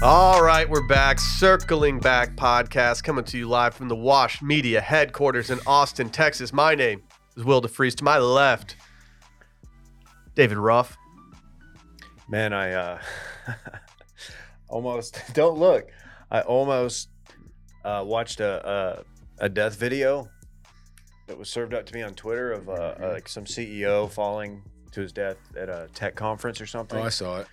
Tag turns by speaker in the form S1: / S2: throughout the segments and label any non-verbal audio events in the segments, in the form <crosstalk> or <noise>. S1: All right, we're back. Circling Back podcast coming to you live from the Wash Media headquarters in Austin, Texas. My name is Will DeFries. To my left, David Ruff.
S2: Man, I uh, <laughs> almost <laughs> don't look. I almost uh, watched a, a a death video that was served up to me on Twitter of uh,
S3: Mm-hmm.
S2: uh, like some CEO falling to his death at a tech conference or something.
S3: Oh, I saw it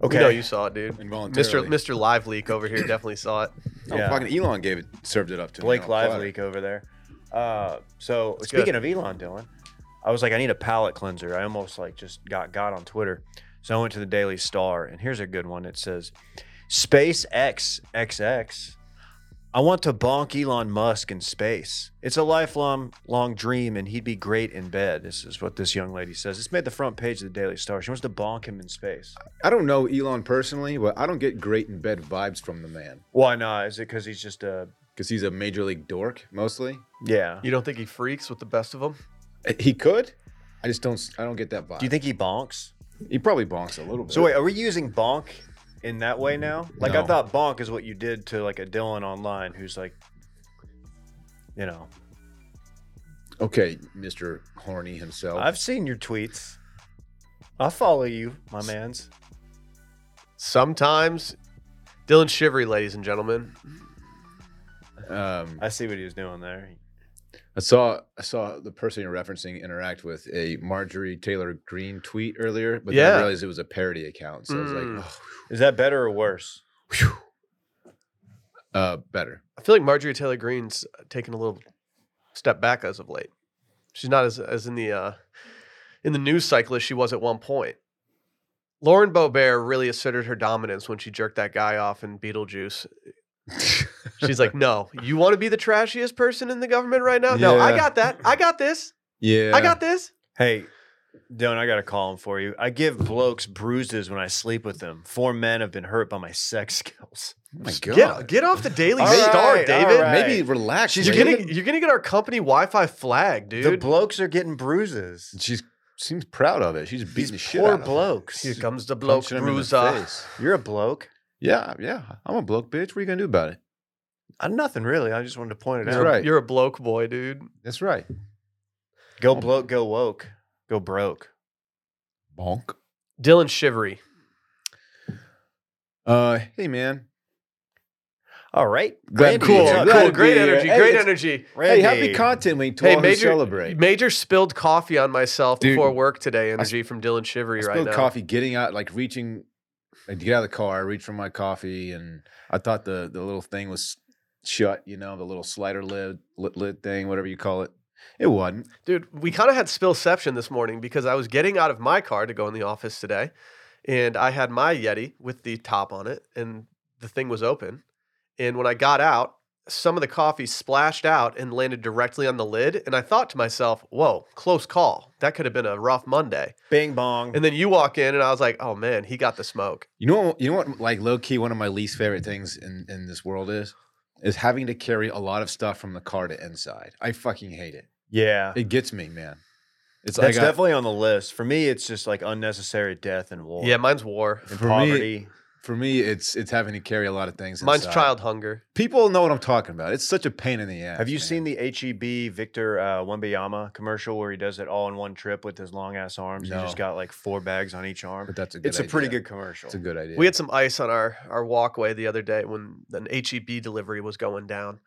S1: Okay.
S2: okay,
S1: You know you saw it, dude. Mr.
S3: involuntarily.
S1: Mr. Live Leak over here definitely saw it.
S3: No,
S2: Yeah.
S3: fucking Elon gave it, served it up to me
S2: Blake
S3: on a
S2: Live
S3: platter.
S2: leak over there. Uh, so
S1: That's
S2: speaking of Elon Dylan, I was like, I need a palate cleanser. I almost like just got got on Twitter. So I went to the Daily Star, and here's a good one. It says, SpaceX XX. I want to bonk Elon Musk in space. It's a lifelong long dream, and he'd be great in bed. This is what this young lady says. It's made the front page of the Daily Star. She wants to bonk him in space.
S3: I don't know Elon personally, but I don't get great in bed vibes from the man
S2: Why not? Is it because he's just a
S3: because he's a major league dork mostly. Eh,
S2: yeah?
S1: You don't think he freaks with the best of them?
S3: He could. I just don't. I don't get that vibe.
S2: Do you think he bonks?
S3: he probably bonks a little bit?
S2: So wait, are we using bonk in that way now? Like I
S3: No.
S2: thought bonk is what you did to like a Dylan online who's like you know.
S3: okay, Mister Horny himself.
S2: I've seen your tweets. I follow you, my man's.
S1: Sometimes Dylan Shivery, ladies and gentlemen.
S3: um,
S2: I see what he was doing there.
S3: I saw I saw the person you're referencing interact with a Marjorie Taylor Green tweet earlier, but then
S1: Yeah.
S3: I realized it was a parody account, so I was
S1: Mm.
S3: like, oh,
S2: Is that better or worse?
S3: uh, better. <laughs>
S1: I feel like Marjorie Taylor Greene's uh, taken a little step back as of late. She's not as as in the uh, in the news cycle as she was at one point. Lauren Bobert really asserted her dominance when she jerked that guy off in Beetlejuice. She's like,
S3: <laughs>
S1: "No, you want to be the trashiest person in the government right now? No, I
S3: Yeah.
S1: got that. I got this.
S3: yeah,
S1: I got this."
S2: Hey, Dylan, I got a call him for you. I give blokes bruises when I sleep with them. Four men have been hurt by my sex <laughs> skills.
S3: Oh my god.
S1: Get, get off the Daily
S2: All
S1: Star,
S2: right, all
S1: David.
S2: right.
S3: Maybe relax.
S1: You're
S3: David.
S1: gonna you're gonna get our company Wi-Fi flag, dude.
S2: The blokes are getting bruises.
S3: She's seems proud of it. She's beating the shit
S2: Poor
S3: out of him.
S2: blokes.
S1: Here comes the bloke
S3: Punching him in the
S1: bruiser.
S3: face.
S2: You're a bloke.
S3: Yeah, yeah. I'm a bloke, bitch. What are you gonna do about it?
S2: Uh, nothing really. I just wanted to point it
S3: That's
S2: out.
S3: right.
S1: You're a bloke boy, dude.
S3: That's right.
S2: Go bloke, go woke, go broke.
S3: Bonk.
S1: Dylan Shivery.
S3: Uh, hey man.
S2: All right.
S3: Glad-
S2: Randy,
S1: Cool,
S2: what's
S3: Yeah,
S2: up?
S3: glad
S1: cool.
S3: to
S1: Great
S3: be here.
S1: energy.
S3: Hey,
S1: Great
S3: it's-
S1: energy.
S2: Randy.
S3: Hey, happy content week to
S1: Hey,
S3: all
S1: major-
S3: who celebrate.
S1: Major spilled coffee on myself
S3: Dude,
S1: before work today.
S3: sp-
S1: Energy from Dylan
S3: I
S1: Shivery right
S3: spilled
S1: now.
S3: coffee getting out, like reaching, like to get out of the car. I reached for my coffee, and I thought the the little thing was shut. You know, the little slider lid lid, lid thing, whatever you call it. It wasn't.
S1: Dude, we kind of had spillception this morning because I was getting out of my car to go in the office today, and I had my Yeti with the top on it, and the thing was open. And when I got out, some of the coffee splashed out and landed directly on the lid. And I thought to myself, whoa, close call. That could have been a rough Monday.
S2: Bing bong.
S1: And then you walk in, and I was like, oh man, he got the smoke.
S3: You know, what- you know what? Like low key, one of my least favorite things in in this world is is having to carry a lot of stuff from the car to inside. I fucking hate it.
S2: yeah.
S3: It gets me, man. It's
S2: That's
S3: like I-
S2: definitely on the list. For me, it's just like unnecessary death and war.
S1: Yeah, mine's war.
S2: and
S3: For me-
S2: poverty.
S3: for me, it's it's having to carry a lot of things.
S1: Mine's
S3: inside.
S1: child hunger.
S3: People know what I'm talking about. It's such a pain in the ass.
S2: Have you
S3: man.
S2: seen the HEB Victor uh, Wembayama commercial where he does it all in one trip with his long ass arms? He
S3: No.
S2: just got like four bags on each arm.
S3: But that's a. Good
S2: It's a pretty
S3: idea.
S2: good commercial.
S3: It's a good idea.
S1: We had some ice on our our walkway the other day when an HEB delivery was going down,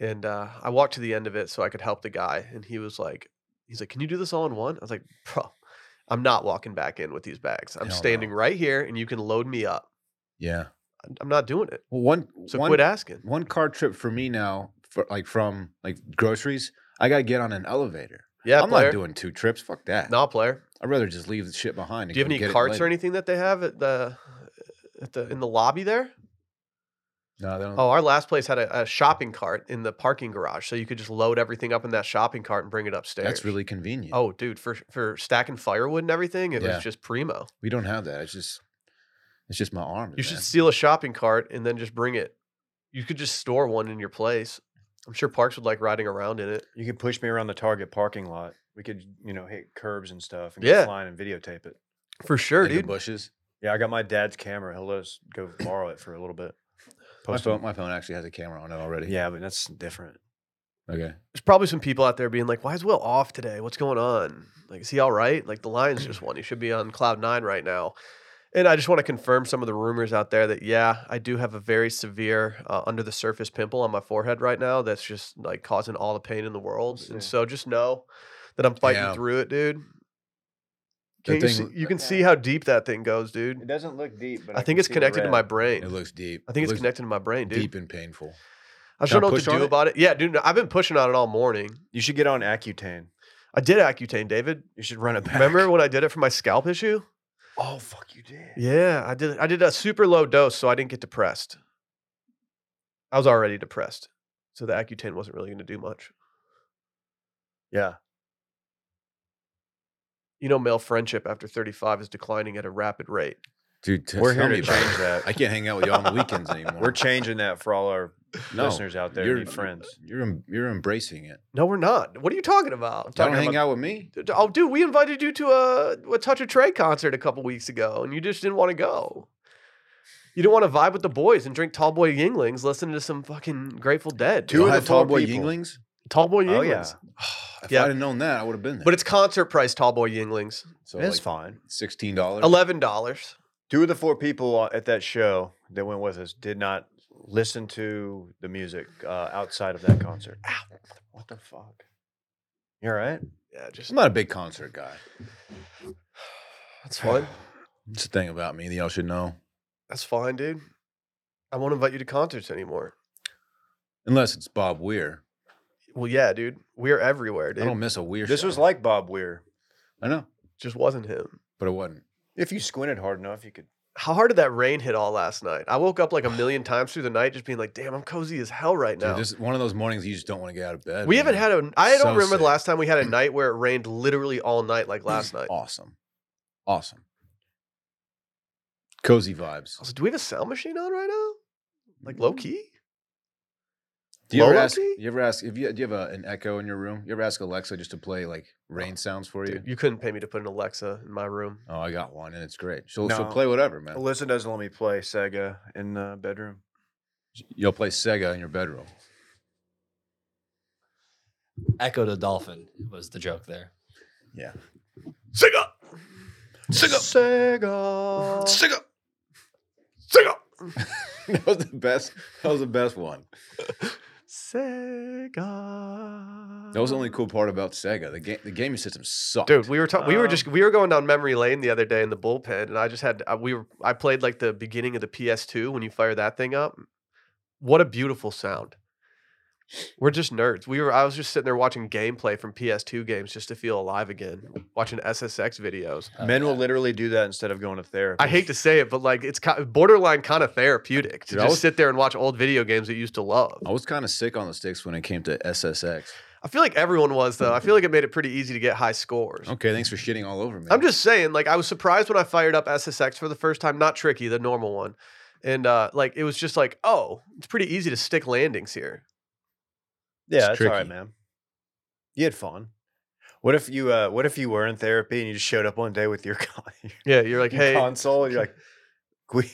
S1: and uh, I walked to the end of it so I could help the guy, and he was like, "He's like, can you do this all in one?" I was like, "Bro, I'm not walking back in with these bags. I'm
S3: Hell no.
S1: standing right here, and you can load me up.
S3: yeah.
S1: I'm not doing it.
S3: Well, one
S1: So
S3: one
S1: quit asking."
S3: one car trip for me now, for like from like groceries, I gotta get on an elevator.
S1: Yeah,
S3: I'm
S1: player.
S3: not doing two trips. Fuck that.
S1: No, player.
S3: I'd rather just leave the shit behind. and
S1: Do you have
S3: go
S1: any
S3: get it
S1: carts
S3: later.
S1: or anything that they have at the at the in the lobby there?
S3: No, they don't.
S1: Oh, our last place had a, a shopping cart in the parking garage, so you could just load everything up in that shopping cart and bring it upstairs.
S3: that's really convenient.
S1: Oh, dude, for for stacking firewood and everything, it
S3: Yeah.
S1: was just primo.
S3: we don't have that. It's just it's just my arm.
S1: You should steal a shopping cart and then just bring it. You could just store one in your place. I'm sure Parks would like riding around in it.
S2: you could push me around the Target parking lot. We could, you know, hit curbs and stuff and
S1: Yeah.
S2: get flying and videotape it.
S1: For sure,
S3: in the
S1: dude.
S3: bushes.
S2: Yeah, I got my dad's camera. He'll let us go borrow it for a little bit.
S3: My
S2: Post
S3: phone,
S2: it.
S3: my phone actually has a camera on it already.
S2: Yeah, but that's different.
S3: Okay.
S1: There's probably some people out there being like, "Why is Will off today? What's going on? Like, is he all right? Like, the Lions just won. He should be on cloud nine right now." And I just want to confirm some of the rumors out there that yeah, I do have a very severe uh, under the surface pimple on my forehead right now. That's just like causing all the pain in the world.
S2: Yeah.
S1: And so just know that I'm fighting
S3: Yeah.
S1: through it, dude.
S3: The
S1: Can you,
S3: thing-
S1: see, you can see how deep that thing goes, dude.
S2: doesn't look deep, but
S1: I think it's connected to my brain.
S3: It looks deep.
S1: I think
S3: It
S1: it's
S3: looks
S1: connected to my brain, dude.
S3: Deep and painful.
S1: I just don't
S3: Gotta
S1: know what
S3: push
S1: to
S3: on
S1: do
S3: it?
S1: about it. Yeah, dude, I've been pushing on it all morning.
S2: You should get on Accutane.
S1: I did Accutane, David.
S2: You should run it back.
S1: Remember when I did it for my scalp issue?
S2: <laughs> Oh fuck, you did.
S1: Yeah, I did. I did a super low dose, so I didn't get depressed. I was already depressed, so the Accutane wasn't really going to do much.
S2: Yeah.
S1: You know, male friendship after thirty-five is declining at a rapid rate.
S3: Dude, t-
S2: We're
S3: tell
S2: here
S3: me
S2: to
S3: about it.
S2: change that.
S3: I can't hang out with y'all on the weekends anymore.
S2: We're changing that for all our
S3: <laughs> No,
S2: listeners out there. who
S3: you're-
S2: Need friends.
S3: You're em- you're embracing it.
S1: No, we're not. What are you talking about? I'm
S3: Y'all
S1: talking
S3: don't hang
S1: about-
S3: out with me.
S1: D- Oh, dude, we invited you to a, a Touch of Trey concert a couple weeks ago, and you just didn't want to go. You didn't want to vibe with the boys and drink Tall Boy Yinglings, listen to some fucking Grateful Dead.
S2: Two
S3: Y'all
S2: of the
S3: had
S2: four
S3: Tallboy
S2: people.
S3: Yinglings. <sighs>
S1: Tall Boy Yinglings.
S2: Oh, yeah.
S3: If
S1: Yeah.
S3: I'd have known that, I would have been there.
S1: But it's concert price Tall Boy Yinglings.
S3: so
S2: it's
S3: like
S2: fine.
S3: sixteen dollars.
S1: Eleven dollars.
S2: Two of the four people at that show that went with us did not listen to the music uh, outside of that concert. What the fuck? You all right?
S1: Yeah, just
S3: I'm not a big concert guy.
S1: that's fine.
S3: It's a thing about me that y'all should know.
S1: That's fine, dude. I won't invite you to concerts anymore.
S3: Unless it's Bob Weir.
S1: Well, yeah, dude. We're everywhere,
S3: I don't
S1: dude.
S3: miss a Weir.
S2: This
S3: show.
S2: was like Bob Weir.
S3: I know,
S1: Just wasn't him.
S3: but it wasn't.
S2: If you squinted hard enough, you could.
S1: How hard did that rain hit all last night? I woke up like a million times through the night, just being like, "Damn, I'm cozy as hell right
S3: Dude,
S1: now."
S3: this is one of those mornings you just don't want to get out of bed.
S1: we haven't
S3: man.
S1: had a. I don't
S3: So
S1: remember
S3: sick.
S1: the last time we
S3: <clears throat>
S1: had a night where it rained literally all night like last night. I
S3: awesome, awesome, cozy vibes.
S1: was like, "Do we have a sound machine on right now? Like
S3: Mm.
S1: low key?"
S3: Do you ever
S1: Low
S3: ask?
S1: key?
S3: You ever ask if you do you have a, an echo in your room? You ever ask Alexa just to play like rain sounds for you?
S1: Oh, Dude, you couldn't pay me to put an Alexa in my room.
S3: Oh, I got one, and it's great. She'll she'll
S2: No.
S3: play whatever, man.
S2: Alyssa doesn't let me play Sega in the bedroom.
S3: You'll play Sega in your bedroom.
S4: Echo to dolphin was the joke there.
S1: Sega,
S2: Sega.
S1: Sega, Sega,
S3: <laughs> that was the best. That was the best one.
S1: Sega.
S3: That was the only cool part about Sega. The game the gaming system sucked.
S1: Dude, we were ta- we were just
S2: Um,
S1: we were going down memory lane the other day in the bullpen, and I just had I, we were I played like the beginning of the PS2 when you fire that thing up. What a beautiful sound! We're just nerds. We were I was just sitting there watching gameplay from PS2 games just to feel alive again, watching SSX videos.
S3: Oh,
S2: Men will
S3: yeah.
S2: literally do that instead of going to therapy.
S1: I hate to say it, but like it's ki borderline kind of therapeutic to
S3: Dude, I
S1: just
S3: was-
S1: sit there and watch old video games that you used to love.
S3: I was kind of sick on the sticks when it came to SSX.
S1: I feel like everyone was though. I feel like it made it pretty easy to get high scores.
S3: Okay, thanks for shitting all over me.
S1: I'm just saying, like, I was surprised when I fired up SSX for the first time, not tricky, the normal one. And uh, like it was just like, oh, it's pretty easy to stick landings here.
S2: Yeah,
S3: It's
S2: that's all right,
S3: tricky.
S2: man. You had fun. What if you uh what if you were in therapy and you just showed up one day with your, <laughs> con-
S1: Yeah, you're like,
S2: your
S1: hey,
S2: console and you're like we,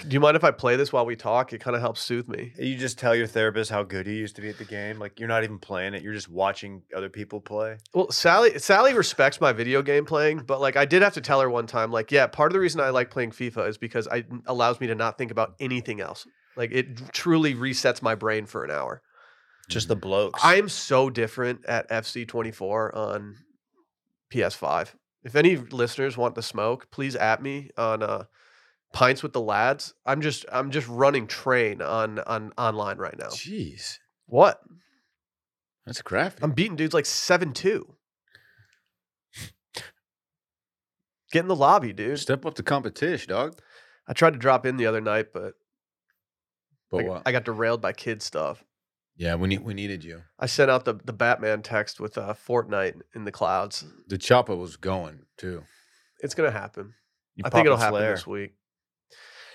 S1: do you mind if I play this while we talk? It kind of helps soothe me.
S2: you just tell your therapist how good you used to be at the game. Like you're not even playing it, you're just watching other people play.
S1: Well, Sally, Sally respects my video game playing, but like I did have to tell her one time, like, yeah, part of the reason I like playing FIFA is because I, it allows me to not think about anything else. Like it truly resets my brain for an hour.
S2: Just the blokes.
S1: Mm. I am so different at FC 24 on PS5. If any listeners want to smoke, please at me on uh, pints with the lads. I'm just I'm just running train on on online right <laughs> now.
S3: Jeez,
S1: What?
S3: that's crafty.
S1: I'm beating dudes like seven two. Get in the lobby, dude.
S3: Step up the competition, dog.
S1: I tried to drop in the other night, but,
S3: But
S1: I,
S3: what?
S1: I got derailed by kid stuff.
S3: yeah, we need we needed you.
S1: I sent out the, the Batman text with uh, Fortnite in the clouds.
S3: The chopper was going too.
S1: It's gonna happen.
S2: You
S1: I think
S2: popping
S1: it'll happen
S2: Flair.
S1: this week.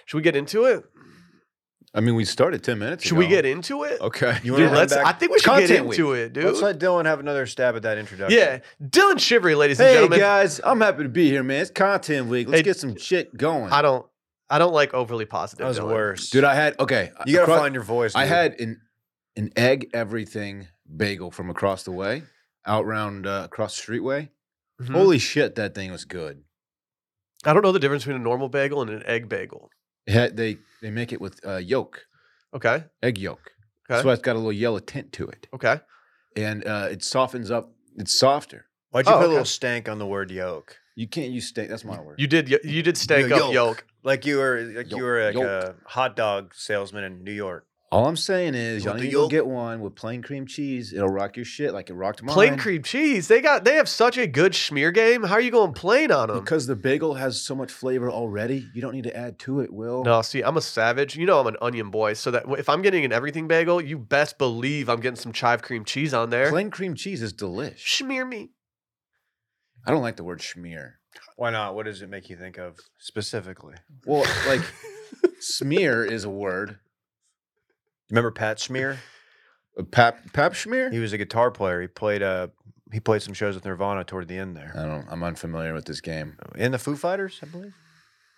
S1: Should we get into it?
S3: I mean, we started ten minutes.
S1: Should we
S3: ago.
S1: get into it?
S3: Okay.
S2: You
S1: Dude,
S2: wanna run
S1: let's.
S2: back-
S1: I think we should get
S3: Content
S1: into it, dude.
S2: Let's let Dylan have another stab at that introduction.
S1: yeah, Dylan Shivery, ladies and
S3: Hey
S1: gentlemen.
S3: guys, I'm happy to be here, man. It's content week. Let's
S1: Hey,
S3: get some shit going,
S1: I don't. I don't like overly positive.
S2: that was
S1: Dylan.
S2: worse.
S3: dude. I had okay.
S2: you gotta
S3: across-
S2: find your voice.
S3: I
S2: dude.
S3: had an an egg everything bagel from across the way, out round uh, across the streetway.
S1: Mhm.
S3: Holy shit, that thing was good.
S1: I don't know the difference between a normal bagel and an egg bagel.
S3: It had, they they make it with uh, yolk,
S1: Okay.
S3: egg yolk.
S1: Okay.
S3: That's why it's got a little yellow tint to it,
S1: Okay.
S3: and uh, it softens up. It's softer.
S2: Why'd you
S1: Oh,
S2: put a
S1: okay.
S2: little stank on the word yolk?
S3: You can't use steak. That's my word.
S1: You did. y- You did stank
S2: The
S1: up
S2: yolk.
S1: yolk.
S2: Like you were, like
S3: Yolk,
S2: you were like
S3: yolk.
S2: a hot dog salesman in New York.
S3: All I'm saying is,
S2: You
S3: y'all
S2: want
S3: need
S2: the
S3: to go
S2: yolk?
S3: get one with plain cream cheese. It'll rock your shit like it rocked mine.
S1: Plain cream cheese. They got. They have such a good schmear game. How are you going plain on them?
S3: Because the bagel has so much flavor already, you don't need to add to it, Will.
S1: No, see, I'm a savage. You know, I'm an onion boy. So that if I'm getting an everything bagel, you best believe I'm getting some chive cream cheese on there.
S3: Plain cream cheese is delish.
S1: Schmear me.
S3: I don't like the word schmear.
S2: Why not? What does it make you think of specifically?
S3: Well,
S1: <laughs>
S3: like smear is a word.
S2: Remember Pat Smear?
S3: A pap pap smear?
S2: He was a guitar player. He played uh he played some shows with Nirvana toward the end there.
S3: I don't. I'm unfamiliar with this game.
S2: In the Foo Fighters, I believe.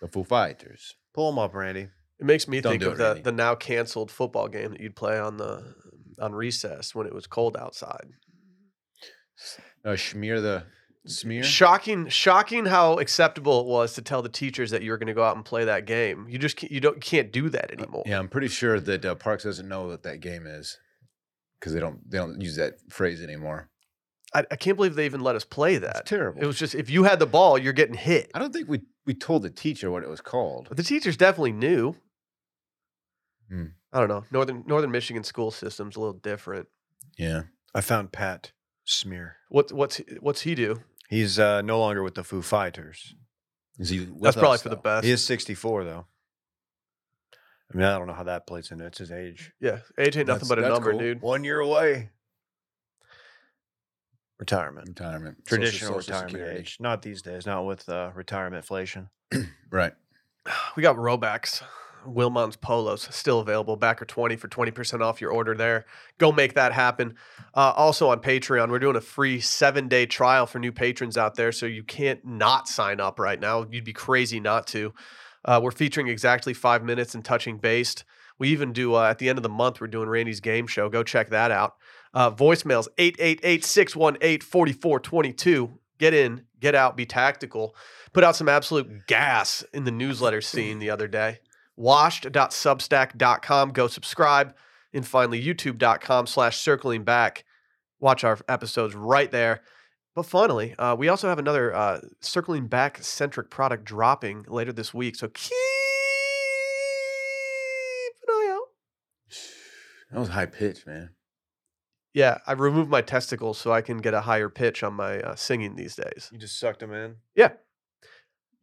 S3: The Foo Fighters.
S2: Pull him up, Randy.
S1: It makes me
S3: Don't
S1: think
S3: do
S1: of
S3: it,
S1: the,
S3: Randy.
S1: the now canceled football game that you'd play on the on recess when it was cold outside.
S3: Uh, smear the smear.
S1: Shocking, shocking how acceptable it was to tell the teachers that you were going to go out and play that game. You just can't, you don't can't do that anymore.
S3: Uh, yeah, I'm pretty sure that uh, Parks doesn't know what that game is because they don't they don't use that phrase anymore.
S1: I, I can't believe they even let us play
S3: It's
S1: that.
S3: terrible.
S1: It was just if you had the ball, you're getting hit.
S3: I don't think we we told the teacher what it was called.
S1: But the teachers definitely knew.
S3: Hmm.
S1: I don't know. Northern Northern Michigan school system's a little different.
S3: Yeah.
S2: I found Pat Smear.
S1: What what's what's he do?
S2: He's uh, no longer with the Foo Fighters.
S3: Is he with
S1: That's probably
S3: us,
S1: for the
S3: though?
S1: best.
S2: He is 64 though. I mean, I don't know how that plays into it. It's his age.
S1: Yeah, age ain't nothing
S3: That's-
S1: but a
S3: that's
S1: number,
S3: cool.
S1: dude.
S2: One year away. Retirement.
S3: Retirement. Social-
S2: Traditional
S3: Social
S2: retirement
S3: Security.
S2: age. Not these days. Not with uh, retirement inflation.
S3: Right. <sighs>
S1: <sighs> We got Robex, Wilmon's Polos, still available. Backer 20 for 20% off your order there. Go make that happen. Uh, also on Patreon, we're doing a free seven day trial for new patrons out there. So you can't not sign up right now. You'd be crazy not to. Uh, we're featuring exactly five minutes and touching based. We even do, uh, at the end of the month, we're doing Randy's game show. Go check that out. Uh, voicemails 888 618 4422. Get in, get out, be tactical put out some absolute gas in the newsletter scene the other day. Washed.substack.com. Go subscribe. And finally, youtube.com slash circling back. Watch our episodes right there. But finally, uh, we also have another uh, circling back centric product dropping later this week. So keep an eye out.
S3: That was high pitched, man.
S1: Yeah, I removed my testicles so I can get a higher pitch on my uh, singing these days.
S2: You just sucked him in.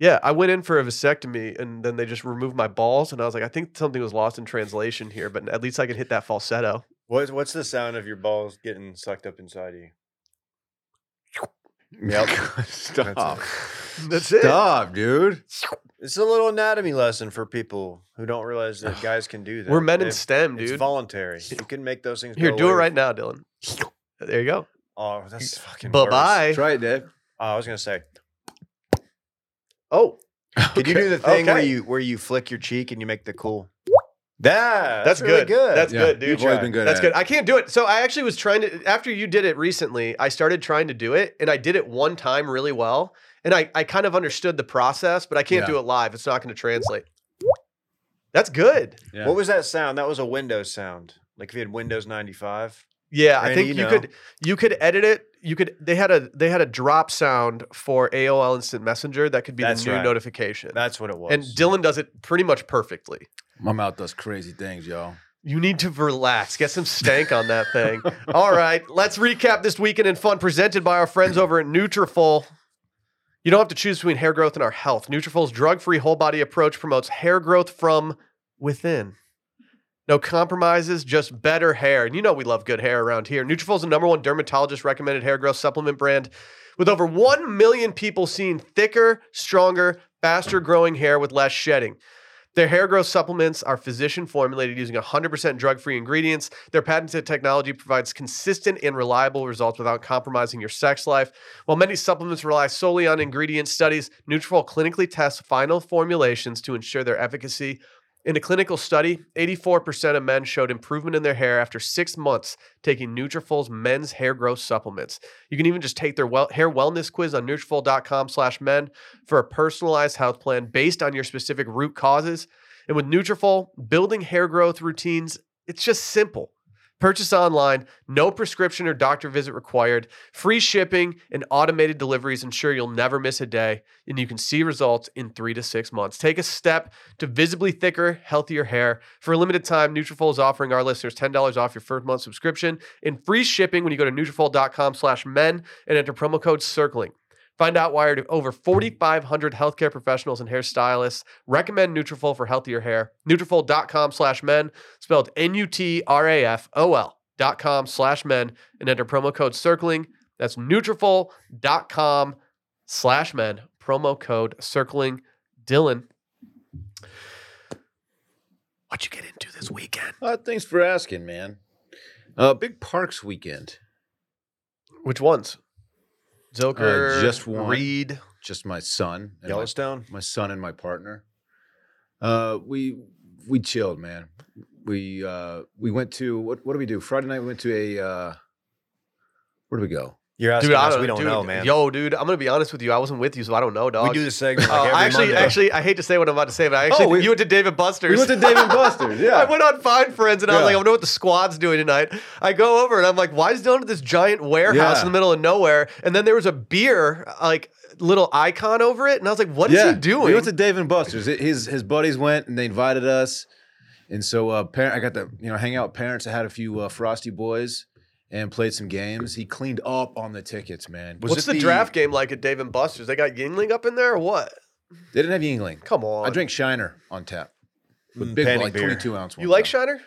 S1: Yeah, I went in for a vasectomy and then they just removed my balls and I was like, I think something was lost in translation here, but at least I can hit that
S3: <laughs>
S1: falsetto.
S2: What's what's the sound of your balls getting sucked up inside you?
S3: <laughs> Yep.
S1: <laughs>
S3: Stop.
S1: That's it.
S3: Stop, dude.
S2: It's a little anatomy lesson for people who don't
S1: <sighs>
S2: realize that guys can do that.
S1: We're men in
S2: They've-
S1: STEM,
S2: It's
S1: dude. <laughs>
S2: voluntary. You can make those things.
S1: Here,
S2: go
S1: do it
S2: away.
S1: right now, Dylan. There you go.
S2: Oh,
S1: <laughs>
S2: that's fucking.
S1: Bye
S2: worse.
S1: bye.
S3: Try it, Dave.
S2: Oh, I was gonna say,
S1: Oh,
S2: could you do the thing where
S1: Okay.
S2: you where you flick your cheek and you make the cool? That
S1: that's,
S2: really
S1: good. That's
S3: Yeah,
S1: good, dude.
S3: You've always been good.
S1: That's
S3: at
S1: good.
S3: It.
S1: I can't do it. So I actually was trying to after you did it recently, I started trying to do it and I did it one time really well. And I, I kind of understood the process, but I can't
S3: Yeah.
S1: do it live. It's not going to translate. That's good.
S3: Yeah.
S2: What was that sound? That was a Windows sound. Like if you had Windows ninety five.
S1: Yeah, I
S2: Randy,
S1: think
S2: you
S1: you
S2: know.
S1: could you could edit it. You could they had a they had a drop sound for AOL Instant Messenger that could be
S2: That's
S1: the new
S2: right.
S1: notification.
S2: That's what it was.
S1: and Dylan does it pretty much perfectly.
S3: My mouth does crazy things, y'all.
S1: You need to relax. Get some stank on that thing. All right, let's recap this weekend in fun presented by our friends over at Nutrafol. You don't have to choose between hair growth and our health. Nutrafol's drug-free whole body approach promotes hair growth from within. No compromises, just better hair. And you know we love good hair around here. Nutrafol is the number one dermatologist recommended hair growth supplement brand with over 1 million people seeing thicker, stronger, faster growing hair with less shedding. Their hair growth supplements are physician formulated using 100% drug free ingredients. Their patented technology provides consistent and reliable results without compromising your sex life. While many supplements rely solely on ingredient studies, Nutrafol clinically tests final formulations to ensure their efficacy. In a clinical study, 84% of men showed improvement in their hair after six months taking Nutrafol's men's hair growth supplements. You can even just take their well- hair wellness quiz on Nutrafol.com slash men for a personalized health plan based on your specific root causes. And with Nutrafol, building hair growth routines, it's just simple. Purchase online, no prescription or doctor visit required, free shipping and automated deliveries ensure you'll never miss a day, and you can see results in three to six months. Take a step to visibly thicker, healthier hair. For a limited time, Nutrafol is offering our listeners $10 off your first month subscription and free shipping when you go to Nutrafol.com slash men and enter promo code CIRCLING. Find out why over 4,500 healthcare professionals and hairstylists recommend Nutrafol for healthier hair. Nutrafol.com slash men, spelled N-U-T-R-A-F-O-L dot com slash men and enter promo code CIRCLING. That's Nutrafol.com slash men, promo code CIRCLING. Dylan, what'd you get into this weekend?
S3: Uh, thanks for asking, man. Uh, big parks weekend.
S1: Which ones? Zilker,
S2: Er,
S3: just one.
S1: Reed.
S3: Just my son, and my,
S2: Yellowstone.
S3: my son and my partner. Uh, we we chilled, man. We uh, we went to what? What did we do? Friday night we went to a. Uh, where do we go?
S2: You're asking
S1: Dude, I
S2: us.
S1: don't,
S2: we don't
S1: dude,
S2: know, man.
S1: Yo, dude, I'm gonna be honest with you. I wasn't with you, so I don't know, dog.
S2: we do the
S3: <laughs>
S2: segment
S1: Oh,
S2: like every
S1: I actually,
S2: Monday.
S1: actually, I hate to say what I'm about to say, but I actually,
S3: Oh, we-
S1: you went to David Buster's.
S3: We went to Dave and Buster's.
S1: <laughs>
S3: Yeah,
S1: I went on Fine Friends, and I was
S3: Yeah.
S1: like, I wonder what the squad's doing tonight. I go over, and I'm like, why is Dylan at this giant warehouse
S3: Yeah.
S1: in the middle of nowhere? And then there was a beer, like little icon over it, and I was like, what is he
S3: We
S1: doing?
S3: went to Dave and Buster's. It- His his buddies went and they invited us, and so uh, parent I got to you know hang out with parents. I had a few uh, Frosty Boys and played some games. He cleaned up on the tickets, man.
S2: Was
S1: What's
S2: it
S1: the, draft game like at Dave and Buster's? They got Yingling up in there, or what?
S3: They didn't have Yingling.
S1: Come on,
S3: I drank Shiner on tap,
S2: Mm,
S3: with big
S2: panic
S3: like
S2: beer.
S3: twenty two ounce.
S1: You
S3: one
S1: like
S3: time.
S1: Shiner?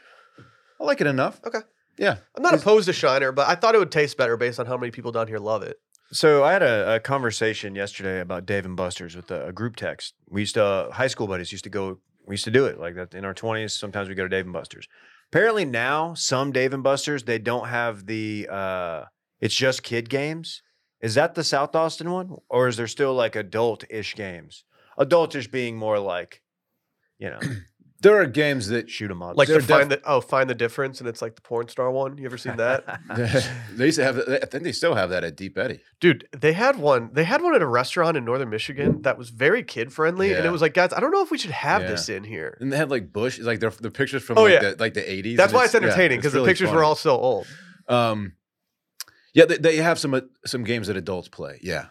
S3: I like it enough.
S1: Okay.
S3: Yeah.
S1: I'm not opposed to Shiner, but I thought it would taste better based on how many people down here love it.
S2: So I had a, a conversation yesterday about Dave and Buster's with a, a group text. We used to high school buddies used to go. We used to do it like that in our twenties. Sometimes we go to Dave and Buster's. Apparently now some Dave and Buster's they don't have the. uh It's just kid games. Is that the South Austin one, or is there still like adult ish games? Adult ish being more like,
S1: <clears throat>
S2: you know,
S3: There are games that
S2: shoot 'em up.
S1: Like
S3: They're
S1: to find the oh, find the difference, and it's like the porn star one. You ever
S3: <laughs>
S1: seen that? <laughs>
S3: they used to have. I think they still have that at Deep Eddy.
S1: Dude, they had one. They had one at a restaurant in northern Michigan that was very kid friendly, and it
S3: Yeah.
S1: was like, guys, I don't know if we should have
S3: Yeah.
S1: this in here.
S3: And they had like Bush, like the, the pictures from
S1: Oh,
S3: like,
S1: yeah.
S3: the, like the 80s.
S1: That's
S3: and
S1: why it's
S3: yeah,
S1: entertaining because the
S3: really
S1: pictures were
S3: funny.
S1: all so old.
S3: Um, yeah, they, they have some uh, some games that adults play. Yeah.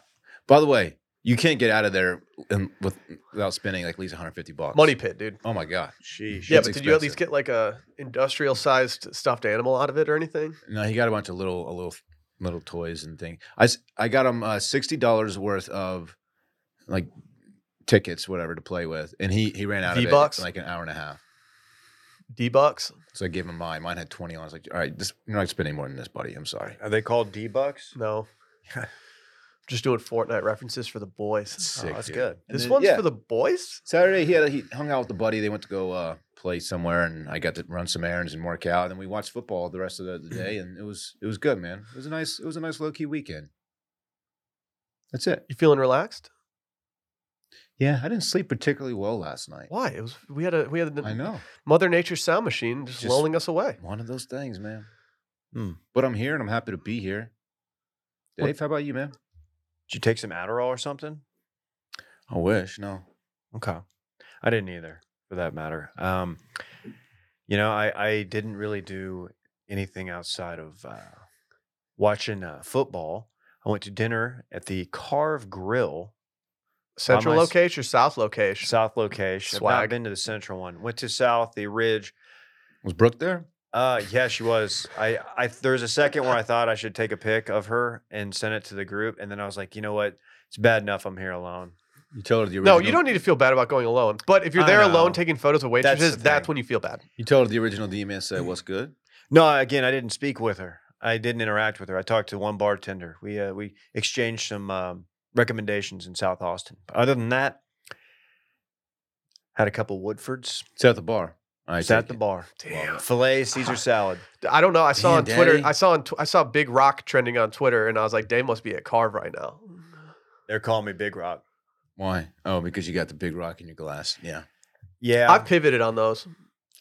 S3: By the way, you can't get out of there and with, without spending like at least 150 bucks.
S1: Money pit, dude.
S3: Oh my god.
S2: Sheesh.
S1: yeah,
S3: It's
S1: but did you at
S3: expensive.
S1: least get like a industrial sized stuffed animal out of it or anything?
S3: No, he got a bunch of little a little little toys and things. I s- I got him uh, sixty dollars worth of like tickets, whatever to play with, and he he ran out
S1: V-Bucks?
S3: of it in like an hour and a half.
S1: D bucks.
S3: So I gave him mine. Mine had twenty on. I was like, all right, this you're not spending more than this, buddy. I'm sorry.
S2: Are they called D bucks?
S1: No. Just doing Fortnite references for the boys. Oh,
S3: Sick,
S2: that's
S3: dude.
S2: good.
S3: And
S1: This
S3: then-
S1: one's
S3: yeah.
S1: for the boys.
S3: Saturday he had a, he hung out with a buddy. They went to go uh, play somewhere, and I got to run some errands and work out. And then we watched football the rest of the, the day, and it was it was good, man. It was a nice it was a nice low key weekend. That's it.
S1: You feeling relaxed?
S3: Yeah, I didn't sleep particularly well last night.
S1: Why? It was we had a we had
S3: I
S1: a,
S3: know
S1: Mother Nature's sound machine just,
S3: Just-
S1: lulling us away.
S3: one of those things, man.
S2: Hmm.
S3: But I'm here, and I'm happy to be here.
S1: What-
S3: Dave, how about you, man?
S2: Did you take some Adderall or something?
S3: I wish no.
S2: Okay. I didn't either, for that matter. Um, you know, I, I didn't really do anything outside of uh, watching uh, football. I went to dinner at the Carve Grill,
S1: Central
S2: my-
S1: location or south location?
S2: South location. I've
S1: Swag.
S2: not been to the central one. Went to South, the Ridge.
S3: Was Brooke there?
S2: Uh, yeah, she was. I, I there was a second where I thought I should take a pic of her and send it to the group, and then I was like, you know what? It's bad enough I'm here alone.
S3: You told her the
S1: No,
S3: original.
S1: you don't need to feel bad about going alone. But if you're
S2: I
S1: there alone
S2: know.
S1: taking photos of
S2: the
S1: waitresses, that's,
S2: thing.
S1: when you feel bad.
S3: You told her the original DM and said, "What's good?"
S2: No, again, I didn't speak with her. I didn't interact with her. I talked to one bartender. We uh, we exchanged some um, recommendations in South Austin. But other than that, Had a couple Woodfords.
S3: It's at the bar. I
S2: It's at
S3: take
S2: the
S3: it.
S2: bar.
S1: Damn.
S2: Filet Caesar salad.
S1: I don't know. I saw
S3: Damn,
S1: on Twitter.
S3: Daddy.
S1: I saw on tw- I saw Big Rock trending on Twitter, and I was like, Dave must be at Carve right now.
S2: They're calling me Big Rock.
S3: Why? Oh, because you got the big rock in your glass. Yeah.
S2: Yeah.
S1: I pivoted on those.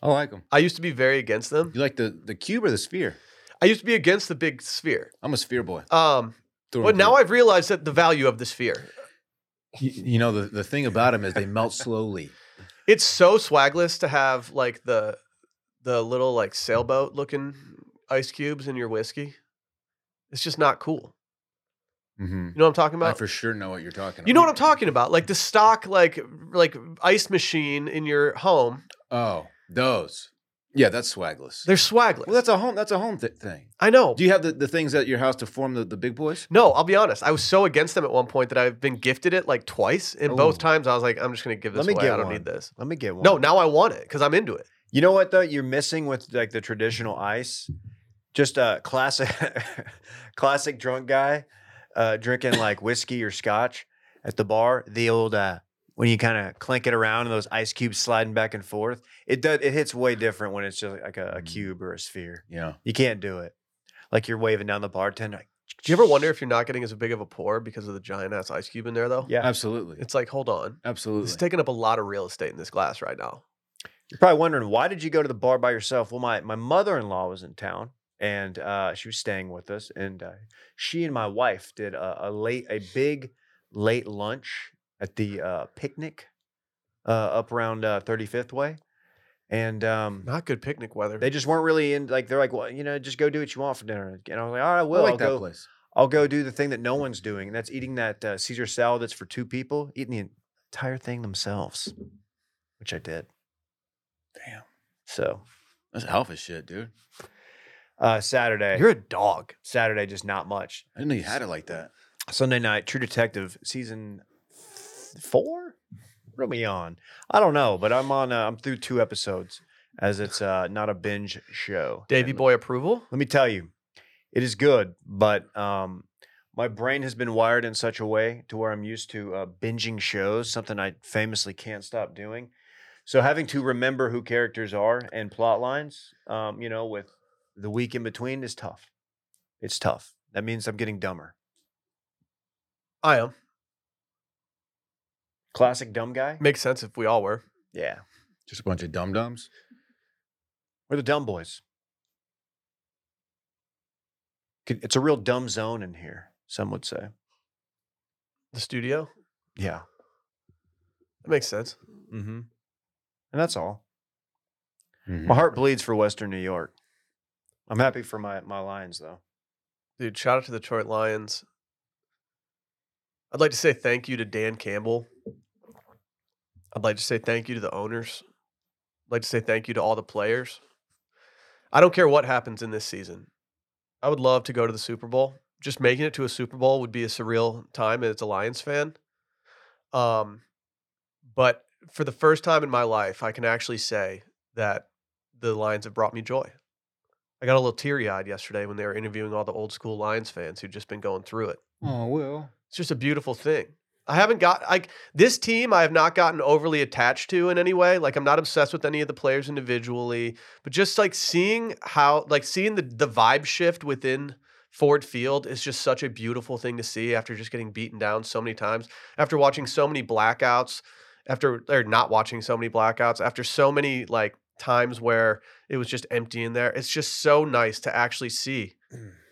S3: I like them.
S1: I used to be very against them.
S3: You like the the cube or the sphere?
S1: I used to be against the big sphere.
S3: I'm a sphere boy.
S1: Um,
S3: through
S1: but
S3: and
S1: now
S3: through.
S1: I've realized that the value of the sphere.
S3: you, you know the, the thing about them is they melt slowly.
S1: It's so swagless to have like the the little like sailboat looking ice cubes in your whiskey. It's just not cool.
S3: Mm-hmm.
S1: You know what I'm talking
S3: I
S1: about?
S3: for sure know what you're talking. about.
S1: You know what I'm talking about? Like the stock like like ice machine in your home.
S3: Oh, those. Yeah, that's swagless.
S1: They're swagless.
S3: well, that's a home. That's a home th- thing.
S1: I know.
S3: Do you have the, the things at your house to form the, the big boys?
S1: No, I'll be honest. I was so against them at one point that I've been gifted it like twice, and both
S2: Ooh.
S1: times I was like, "I'm just gonna give
S2: Let
S1: this
S2: me
S1: away.
S2: get
S1: I don't
S2: one.
S1: need this."
S2: Let me get one.
S1: No, now I want it because I'm into it.
S2: You know what though? You're missing with like the traditional ice. Just a classic, <laughs> classic drunk guy uh, drinking like whiskey or scotch at the bar. The old uh, when you kind of clink it around and those ice cubes sliding back and forth. It does. It hits way different when it's just like a, a
S3: Mm.
S2: cube or a sphere.
S3: Yeah.
S2: You can't do it. Like you're waving down the bartender. Like,
S1: Do you ever wonder if you're not getting as big of a pour because of the giant ass ice cube in there, though?
S2: yeah,
S3: Absolutely.
S1: It's like, hold on,
S3: Absolutely.
S1: this is taking up a lot of real estate in this glass right now.
S2: You're probably wondering why did you go to the bar by yourself? Well, my my mother in law was in town and uh, she was staying with us, and uh, she and my wife did a, a late a big late lunch at the uh, picnic uh, up around uh, 35th Way, and um,
S1: Not good picnic weather.
S2: they just weren't really in like they're like well you know just go do what you want for dinner, and I was like all right,
S3: I
S2: well
S3: like
S2: I'll
S3: that
S2: go
S3: place.
S2: I'll go do the thing that no one's doing, and that's eating that uh, Caesar salad that's for two people, eating the entire thing themselves, which I did.
S3: Damn.
S2: So
S3: That's alpha shit, dude.
S2: uh, Saturday.
S1: You're a dog.
S2: Saturday, just not much.
S3: I didn't know you had it like that.
S2: Sunday night, True Detective season th- four. What are we on? I don't know, but I'm on. Uh, I'm through two episodes, as it's uh, not a binge show.
S1: Davy
S2: And
S1: boy approval.
S2: Let me tell you, it is good, but um, my brain has been wired in such a way to where I'm used to uh, binging shows, something I famously can't stop doing. So having to remember who characters are and plot lines, um, you know, with the week in between is tough. It's tough. That means I'm getting dumber.
S1: I am.
S2: Classic dumb guy.
S1: Makes sense if we all were.
S2: Yeah,
S3: Just a bunch of dum dums.
S2: we're the dumb boys. Could- It's a real dumb zone in here. Some would say.
S1: The studio.
S2: Yeah.
S1: That makes sense.
S2: Mm-hmm. And that's all.
S3: Mm-hmm.
S2: My heart bleeds for Western New York. I'm happy for my my Lions though.
S1: Dude, shout out to the Detroit Lions. I'd like to say thank you to Dan Campbell. I'd like to say thank you to the owners. I'd like to say thank you to all the players. I don't care what happens in this season. I would love to go to the Super Bowl. Just making it to a Super Bowl would be a surreal time as a Lions fan. Um, but for the first time in my life, I can actually say that the Lions have brought me joy. I got a little teary eyed yesterday when they were interviewing all the old school Lions fans who'd just been going through it.
S3: Oh well.
S1: It's just a beautiful thing. I haven't got like this team. I have not gotten overly attached to in any way. Like I'm not obsessed with any of the players individually, but just like seeing how, like seeing the the vibe shift within Ford Field is just such a beautiful thing to see after just getting beaten down so many times, after watching so many blackouts, after or not watching so many blackouts, after so many like times where it was just empty in there. It's just so nice to actually see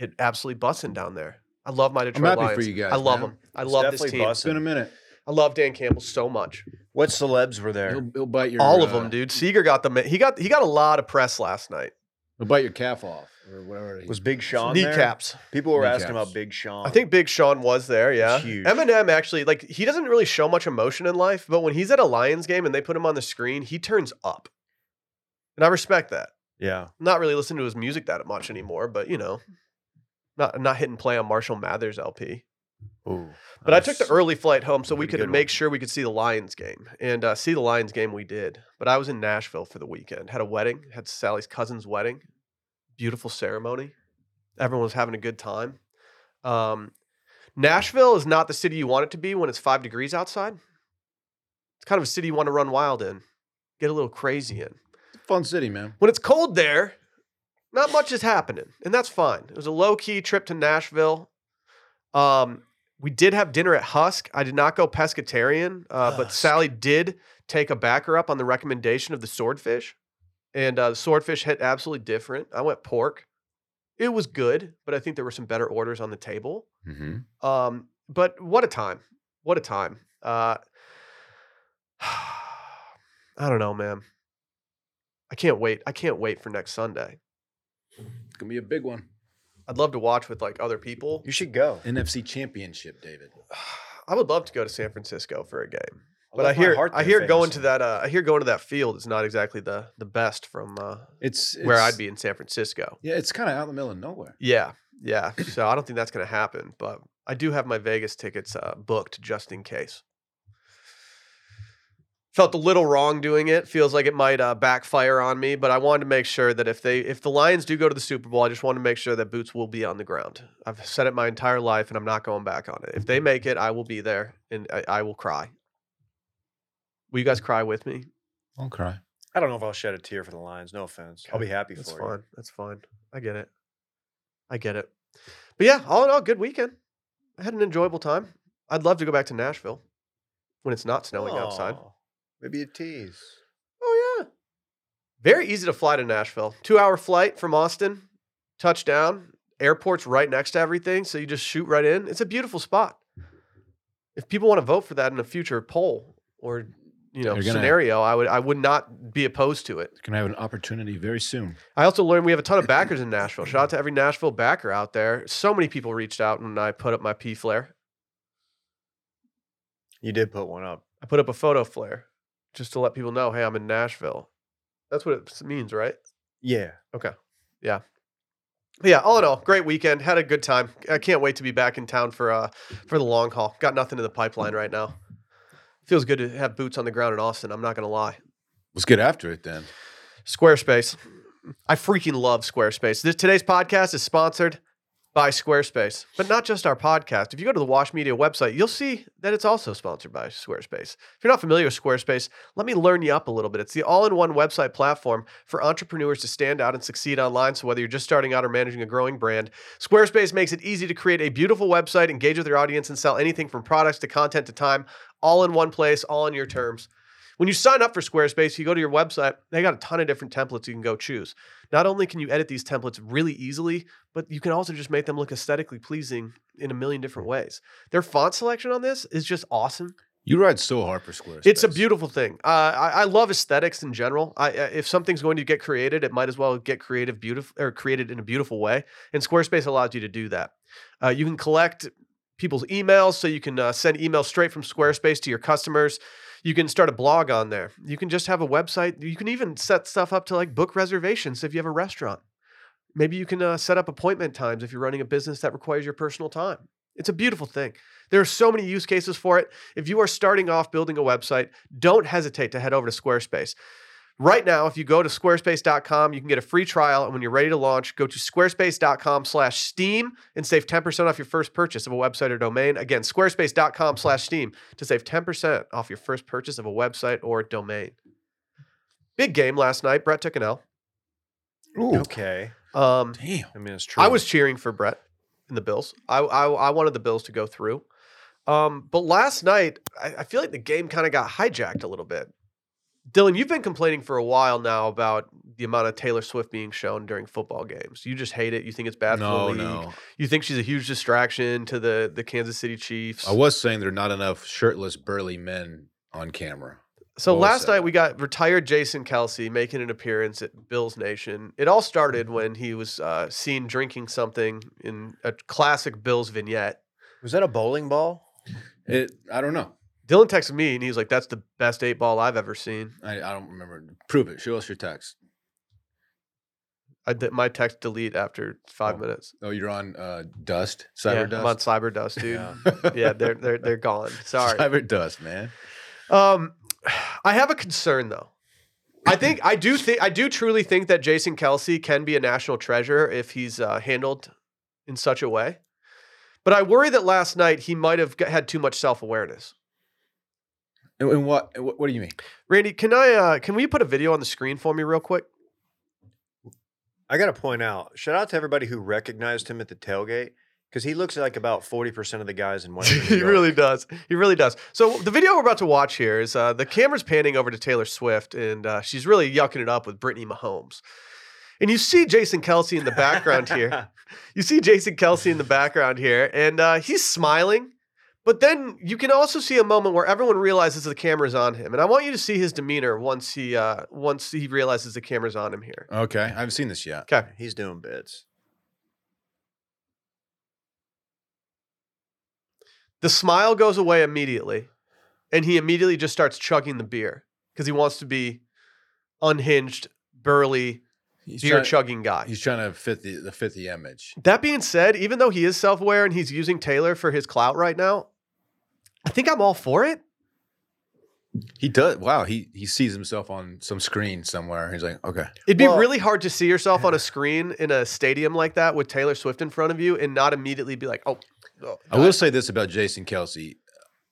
S1: it absolutely busting down there. I love my Detroit
S3: Mm. happy
S1: Lions.
S3: for you guys,
S1: I love
S3: man.
S1: them. I
S2: It's
S1: love this
S2: definitely
S1: team.
S3: It's been a
S2: bussin'.
S3: minute.
S1: I love Dan Campbell so much.
S2: What celebs were there?
S3: He'll, he'll bite your
S1: All of
S3: uh,
S1: them, dude. Seager got the ma- he got he got a lot of press last night.
S3: He'll bite your calf off or whatever.
S2: Was Big Sean there?
S1: Kneecaps.
S2: People were asking
S3: Kneecaps.
S2: about Big Sean.
S1: I think Big Sean was there. Yeah.
S2: huge.
S1: Eminem actually like he doesn't really show much emotion in life, but when he's at a Lions game and they put him on the screen, he turns up, and I respect that.
S2: Yeah.
S1: I'm not really listening to his music that much anymore, but you know, not not hitting play on Marshall Mathers LP.
S2: Ooh.
S1: But I took the early flight home so we
S2: Pretty
S1: could
S2: good
S1: make
S2: one.
S1: sure we could see the Lions game. And uh, see the Lions game we did. But I was in Nashville for the weekend. Had a wedding, had Sally's cousin's wedding. Beautiful ceremony. Everyone was having a good time. Um, Nashville is not the city you want it to be when it's five degrees outside. It's kind of a city you want to run wild in. get a little crazy in.
S3: Fun city, man.
S1: When it's cold there, not much is happening, and that's fine. It was a low key trip to Nashville. Um, we did have dinner at Husk. I did not go pescatarian, uh, but
S4: Husk.
S1: Sally did take a backer up on the recommendation of the swordfish, and uh, the swordfish hit absolutely different. I went pork. It was good, but I think there were some better orders on the table.
S3: Mm-hmm.
S1: Um, but what a time! What a time! Uh, <sighs> I don't know, man. I can't wait. I can't wait for next Sunday.
S3: It's gonna be a big one.
S1: I'd love to watch with like other people.
S2: You should go.
S3: NFC Championship, David.
S1: <sighs> I would love to go to San Francisco for a game, but I
S2: left my
S1: hear
S2: heart
S1: I
S2: there,
S1: hear going to
S2: famously.
S1: that uh, I hear going to that field is not exactly the the best from uh,
S3: It's, it's
S1: where I'd be in San Francisco.
S3: Yeah, it's kind of out in the middle of nowhere.
S1: Yeah, yeah. So I don't think that's going to happen, but I do have my Vegas tickets uh, booked just in case. Felt a little wrong doing it. Feels like it might uh, backfire on me, but I wanted to make sure that if they if the Lions do go to the Super Bowl, I just want to make sure that boots will be on the ground. I've said it my entire life, and I'm not going back on it. If they make it, I will be there, and I, I will cry. Will you guys cry with me?
S3: I'll cry.
S2: I don't know if I'll shed a tear for the Lions. No offense. I'll be happy
S1: That's
S2: for
S1: fine. That's fine. I get it. I get it. But yeah, all in all, good weekend. I had an enjoyable time. I'd love to go back to Nashville when it's not
S2: you.
S1: snowing outside.
S2: Aw, Maybe a tease.
S1: Oh yeah. Very easy to fly to Nashville. Two hour flight from Austin, touchdown. Airport's right next to everything, so you just shoot right in. It's a beautiful spot. If people want to vote for that in a future poll or you know
S3: They're gonna-
S1: scenario, I would I would not be opposed to it.
S3: Can I have an opportunity very soon?
S1: I also learned we have a ton of backers in Nashville. Shout out to every Nashville backer out there. So many people reached out when I put up my P flare.
S2: You did put one up.
S1: I put up a photo flare just to let people know, hey, I'm in Nashville. That's what it s- means, right?
S2: Yeah.
S1: But yeah, all in all, great weekend. Had a good time. I can't wait to be back in town for uh for the long haul. Got nothing in the pipeline right now. Feels good to have boots on the ground in Austin. I'm not gonna lie.
S3: Let's get after it then.
S1: Squarespace. I freaking love Squarespace. This today's podcast is sponsored by Squarespace, but not just our podcast. If you go to the Wash Media website, you'll see that it's also sponsored by Squarespace. If you're not familiar with Squarespace, let me learn you up a little bit. It's the all-in-one website platform for entrepreneurs to stand out and succeed online. So whether you're just starting out or managing a growing brand, Squarespace makes it easy to create a beautiful website, engage with your audience, and sell anything from products to content to time, all in one place, all on your terms. When you sign up for Squarespace, you go to your website, they got a ton of different templates you can go choose. Not only can you edit these templates really easily, but you can also just make them look aesthetically pleasing in a million different ways. Their font selection on this is just awesome.
S3: You ride so hard for Squarespace.
S1: It's a beautiful thing. Uh, I, I love aesthetics in general. I, I- if something's going to get created, it might as well get creative, beautiful, or created in a beautiful way. And Squarespace allows you to do that. Uh, you can collect people's emails, so you can uh, send emails straight from Squarespace to your customers. You can start a blog on there. You can just have a website. You can even set stuff up to like book reservations if you have a restaurant. Maybe you can uh, set up appointment times if you're running a business that requires your personal time. It's a beautiful thing. There are so many use cases for it. If you are starting off building a website, don't hesitate to head over to Squarespace. Right now, if you go to squarespace.com, you can get a free trial. And when you're ready to launch, go to squarespace.com slash steam and save 10% off your first purchase of a website or domain. Again, squarespace.com slash steam to save 10% off your first purchase of a website or domain. Big game last night. Brett took an L.
S3: Ooh,
S2: Okay.
S1: Um,
S3: Damn.
S2: I mean, it's true.
S1: I was cheering for Brett and the Bills. I I, I wanted the Bills to go through. Um, but last night, I, I feel like the game kind of got hijacked a little bit. Dylan, you've been complaining for a while now about the amount of Taylor Swift being shown during football games. You just hate it. You think it's bad
S3: no,
S1: for the league.
S3: no.
S1: You think she's a huge distraction to the the Kansas City Chiefs.
S3: I was saying there are not enough shirtless, burly men on camera.
S1: So
S3: Well
S1: last
S3: said.
S1: night we got retired Jason Kelsey making an appearance at Bills Nation. It all
S3: Mm-hmm.
S1: started when he was uh, seen drinking something in a classic Bills vignette.
S2: Was that a bowling ball?
S3: It, I don't know.
S1: Dylan texted me and he was like, "That's the best eight ball I've ever seen."
S3: I, I don't remember. Prove it. Show us your text.
S1: I did my text delete after five
S3: Oh,
S1: minutes.
S3: Oh, you're on uh, Dust,
S1: yeah,
S3: Cyber
S1: I'm on
S3: Dust.
S1: cyber
S3: <laughs>
S1: dust, dude.
S2: Yeah.
S1: yeah, they're they're they're gone. Sorry.
S3: Cyber Dust, man.
S1: Um, I have a concern though. I think I do think I do truly think that Jason Kelsey can be a national treasure if he's uh, handled in such a way. But I worry that last night he might have g- had too much self awareness.
S3: And, and what, and what? What do you mean?
S1: Randy, can I? Uh, can we put a video on the screen for me real quick?
S2: I gotta point out, shout out to everybody who recognized him at the tailgate because he looks like about forty percent of the guys in
S1: <laughs>
S2: one. <laughs>
S1: he really does. He really does. So the video we're about to watch here is uh, the camera's panning over to Taylor Swift, and uh, she's really yucking it up with Brittany Mahomes. And you see Jason Kelsey in the background
S2: <laughs>
S1: here. You see Jason Kelsey in the background here, and uh, he's smiling. But then you can also see a moment where everyone realizes the camera's on him, and I want you to see his demeanor once he uh, once he realizes the camera's on him here.
S3: Okay, I haven't seen this yet.
S1: Okay.
S2: He's doing bits.
S1: The smile goes away immediately, and he immediately just starts chugging the beer because he wants to be unhinged, burly,
S3: He's
S1: beer
S3: trying,
S1: chugging guy.
S3: he's trying to fit the, the fit the image.
S1: That being said, even though he is self aware and he's using Taylor for his clout right now, I think I'm all for it.
S3: He does. Wow. He he sees himself on some screen somewhere. He's like, okay,
S1: It'd be
S2: Well-
S1: really hard to see yourself
S3: <sighs>
S1: on a screen in a stadium like that with Taylor Swift in front of you and not immediately be like, oh, oh,
S3: I will say this about Jason Kelsey.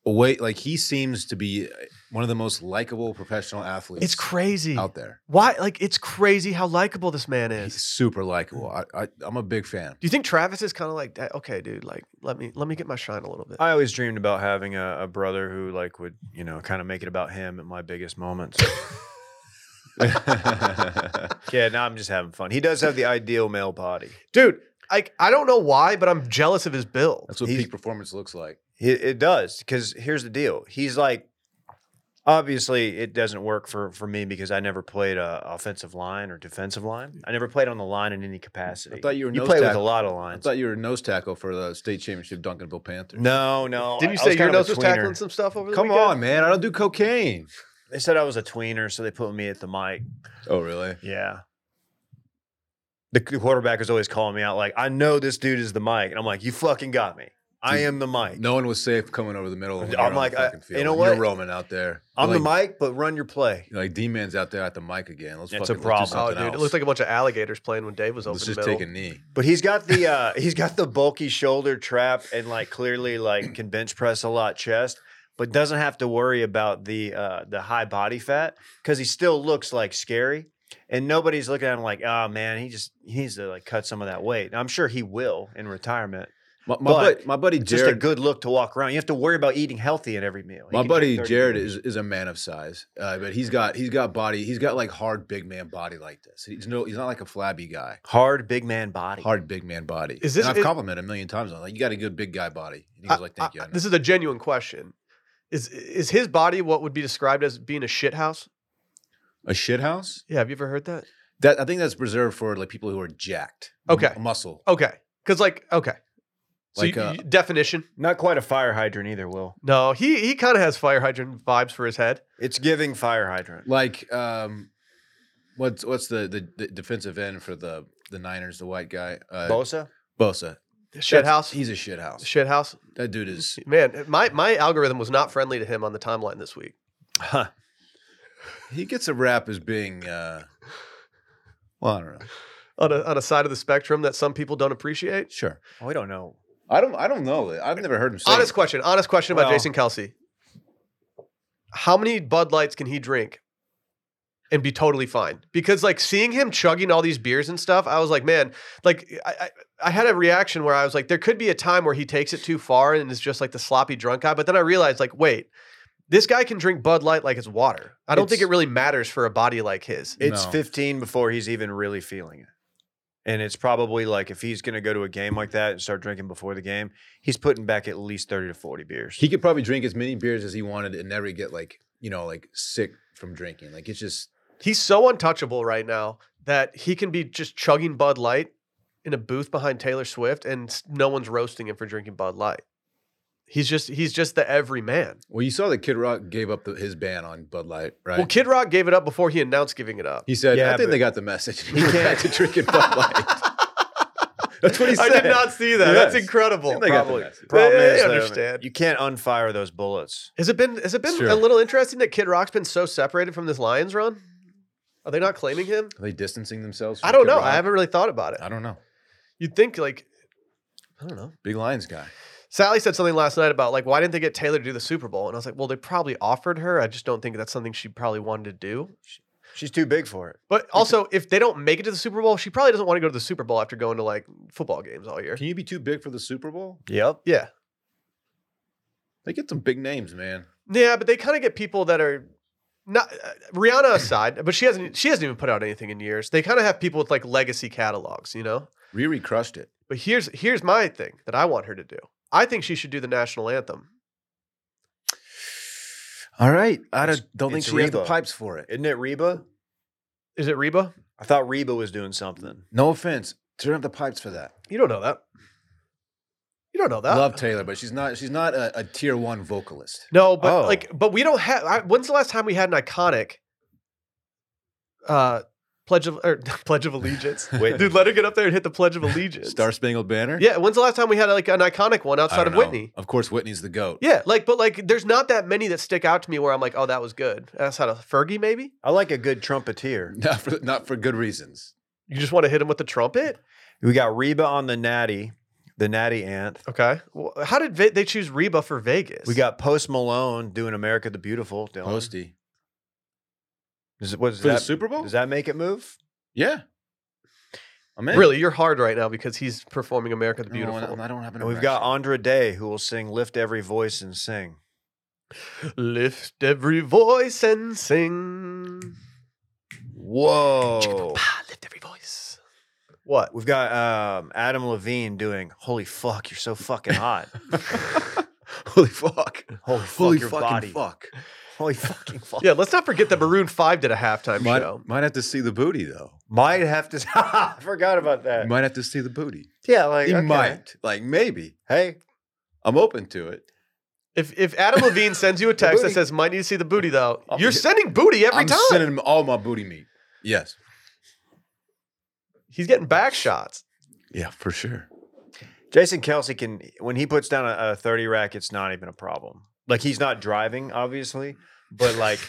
S3: Wait, like he seems to be uh, one of the most likable professional athletes
S1: it's crazy.
S3: out there.
S1: Why? Like, it's crazy how likable this man
S3: He's
S1: is.
S3: super likable. I, I I'm a big <laughs> fan.
S1: Do you think Travis is kind of like that? Okay, dude, like, let me let me get my shine a little bit.
S2: I always dreamed about having a, a brother who like would, you know, kind of make it about him at my
S1: <laughs>
S2: biggest moments. yeah, now I'm just having fun. He does have the ideal male body.
S1: dude, like, I don't know why, but I'm jealous of his build.
S3: That's what
S2: He's-
S3: peak performance looks like.
S2: He, it does because here's the deal. He's like, obviously, it doesn't work for for me because I never played a offensive line or defensive line. I never played on the line in any capacity.
S3: I thought you were
S2: you
S3: nose
S2: play with a
S3: tackle.
S2: lot of
S3: I
S2: lines.
S3: thought you were a nose tackle for the state championship Duncanville Panthers.
S2: no, no.
S1: Didn't you
S2: I- I was
S1: say your
S2: kind of
S1: nose
S2: a
S1: was
S2: tweener.
S1: tackling some stuff over the
S3: Come
S1: weekend?
S3: on, man. I don't do cocaine.
S2: They said I was a tweener, so they put me at the mic.
S3: Oh, really?
S2: Yeah. The c- quarterback is always calling me out, like, I know this dude is the mic. And I'm like, you fucking got me. I
S3: Dude,
S2: am the mic.
S3: No one was safe coming over the middle. When
S2: I'm
S3: you're on the
S2: like, I-
S3: fucking field.
S2: you know
S3: When You're
S2: what?
S3: roaming out there.
S2: I'm
S3: You're
S2: the
S3: like,
S2: mic, but run your play.
S3: you're Like D man's out there at the mic again. Let's
S2: It's a
S3: fucking
S2: problem.
S3: Let's do
S1: Oh,
S3: something
S1: dude, it
S3: else.
S1: looks like a bunch of alligators playing when Dave was over
S3: let's
S1: the
S3: just
S1: middle.
S3: take a knee.
S2: But he's got the uh <laughs> he's got the bulky shoulder trap and like clearly like can bench press a lot chest, but doesn't have to worry about the uh the high body fat because he still looks like scary. And nobody's looking at him like, oh man, he just he needs to like cut some of that weight. And I'm sure he will in retirement.
S3: My, my,
S2: But
S3: bud- my buddy
S2: It's just a
S3: Jared.
S2: good look to walk around. You have to worry about eating healthy at every meal. He can
S3: My
S2: take
S3: buddy
S2: 30
S3: Jared
S2: minutes.
S3: is, is a man of size, uh, but he's got he's got body. He's got like hard big man body like this. He's no he's not like a flabby guy.
S2: hard big man body.
S3: Hard big man body.
S1: Is this-
S3: And I've
S1: is-
S3: complimented him a million times. I'm like, you got a good big guy body. And he
S1: I-
S3: was like, thank
S1: I-
S3: you. I know."
S1: This is a genuine question. Is is his body what would be described as being a shit house?
S3: a shit house?
S1: Yeah, have you ever heard that?
S3: That I think that's reserved for like people who are jacked.
S1: Okay.
S3: M- muscle.
S1: Okay, because like okay, so
S3: Like,
S1: you-
S3: uh,
S1: you- definition.
S2: Not quite a fire hydrant either, Will.
S1: No, he he kind of has fire hydrant vibes for his head.
S2: It's giving fire hydrant.
S3: Like um, what's what's the, the the defensive end for the the Niners? The white guy, uh,
S2: Bosa?
S3: Bosa.
S1: Shit
S3: That's-
S1: house.
S3: He's a shit house.
S1: Shit house.
S3: That dude is.
S1: Man, my my algorithm was not friendly to him on the timeline this week.
S2: Huh.
S3: He gets a rap as being. Uh, well, I don't know.
S1: On a on a side of the spectrum that some people don't appreciate.
S3: Sure.
S2: We don't know.
S3: I don't. I don't know. I've never heard him say.
S1: Honest question. Honest question about
S2: Well-
S1: Jason Kelsey. How many Bud Lights can he drink and be totally fine? Because like seeing him chugging all these beers and stuff, I was like, man, like I, I, I had a reaction where I was like, there could be a time where he takes it too far and is just like the sloppy drunk guy. But then I realized, like, wait, this guy can drink Bud Light like it's water. I don't think it
S3: It's-
S1: really matters for a body like his.
S2: It's
S3: No.
S2: 15 before he's even really feeling it. And it's probably like if he's going to go to a game like that and start drinking before the game, he's putting back at least 30 to 40 beers.
S3: He could probably drink as many beers as he wanted and never get like you know like sick from drinking. Like it's just
S1: He's so untouchable right now that he can be just chugging Bud Light in a booth behind Taylor Swift, and s- no one's roasting him for drinking Bud Light. He's just he's just the everyman.
S3: well, you saw that Kid Rock gave up the, his ban on Bud Light, right?
S1: Well, Kid Rock gave it up before he announced giving it up.
S3: he said,
S2: Yeah,
S3: "I think
S2: but-
S3: <laughs> they got the message. He
S2: can't-
S3: can't to drinking Bud <laughs> Light." That's <laughs> what he
S1: I
S3: said.
S1: did not see that. That's
S3: Yes.
S1: incredible.
S3: They got the
S1: Probably.
S3: message.
S2: Problem
S1: They-
S2: is,
S1: they
S2: though,
S1: understand.
S2: you can't unfire those bullets.
S1: Has it been has it been
S3: Sure.
S1: a little interesting that Kid Rock's been so separated from this Lions run? Are they not claiming him?
S3: Are they distancing themselves? From
S1: I don't
S3: Kid
S1: know.
S3: Rock? Uh,
S1: I haven't really thought about it.
S3: I don't know.
S1: You'd think like I don't know.
S3: Big Lions guy.
S1: Sally said something last night about like why didn't they get Taylor to do the Super Bowl? And I was like, well, they probably offered her. I just don't think that's something she probably wanted to do.
S2: She's too big for it.
S1: But also, if they don't make it to the Super Bowl, she probably doesn't want to go to the Super Bowl after going to like football games all year.
S3: Can you be too big for the Super Bowl?
S2: Yep.
S1: Yeah.
S3: They get some big names, man.
S1: Yeah, but they kind of get people that are not uh, Rihanna aside, but she hasn't she hasn't even put out anything in years. They kind of have people with like legacy catalogs, you know.
S3: Riri crushed it.
S1: But here's here's my thing that I want her to do. I think she should do the national anthem.
S3: All right. I
S2: It's-
S3: don't, don't think
S2: it's
S3: she has the
S2: Reba.
S3: pipes for it.
S2: Isn't it Reba?
S1: Is it Reba?
S2: I thought Reba was doing <laughs> something.
S3: No offense. She doesn't have the pipes for that.
S1: You don't know that. You don't know that.
S3: Love Taylor, but she's not she's not a, a tier one vocalist.
S1: No, but
S2: Oh.
S1: like, but we don't have. I, when's the last time we had an iconic uh pledge of or <laughs> pledge of allegiance?
S2: Wait,
S1: Dude, let her get up there and hit the pledge of allegiance.
S3: Star Spangled Banner?
S1: Yeah, when's the last time we had like an iconic one
S3: I
S1: outside
S3: don't
S1: of
S3: know.
S1: Whitney?
S3: Of course, Whitney's the goat.
S1: Yeah, like, but like, there's not that many that stick out to me where I'm like, oh, that was good. Outside of Fergie, maybe
S2: I like a good trumpeter.
S3: <laughs> Not for not for good reasons.
S1: you just want to hit him with the trumpet.
S2: We got Reba on the Natty, the Natty Anth.
S1: Okay, well, how did Ve- they choose Reba for Vegas?
S2: We got Post Malone doing America the Beautiful. Dylan.
S3: Posty.
S2: Is it- what is
S3: For the
S2: that?
S3: Super Bowl?
S2: Does that make it move?
S3: yeah. I'm in.
S1: really. You're hard right now because he's performing America the
S3: I don't
S1: Beautiful.
S3: wanna- I don't have an
S2: And we've got
S3: erection.
S2: Andra Day who will sing Lift Every Voice and Sing.
S1: Lift every voice and sing. Oh.
S2: Whoa.
S1: lift every voice. What?
S2: We've got um, Adam Levine doing Holy Fuck, You're So Fucking
S3: <laughs>
S2: Hot.
S3: <laughs> Holy fuck.
S2: Holy fuck,
S3: Holy
S2: your
S3: fucking
S2: body.
S3: fuck.
S2: Holy
S3: <laughs>
S2: fucking fuck.
S1: Yeah, let's not forget that Maroon Five did a halftime
S3: Might,
S1: show.
S3: might have to see the booty though.
S2: Might have to. <laughs> I forgot about that.
S3: You might have to see the booty.
S2: yeah, Uh, like
S3: You
S2: okay.
S3: might. Like maybe.
S2: Hey,
S3: I'm open to it.
S1: If if Adam Levine sends
S2: <laughs>
S1: you a text that
S2: booty.
S1: says "Might need to see the booty," though,
S2: Oh,
S1: you're
S2: yeah.
S1: sending booty every
S3: I'm
S1: time.
S3: sending him all my booty meat. Yes.
S1: He's getting back shots.
S3: Yeah, for sure.
S2: Jason Kelsey can when he puts down a, a thirty rack, it's not even a problem. Like he's not driving, obviously, but
S3: <laughs>
S2: like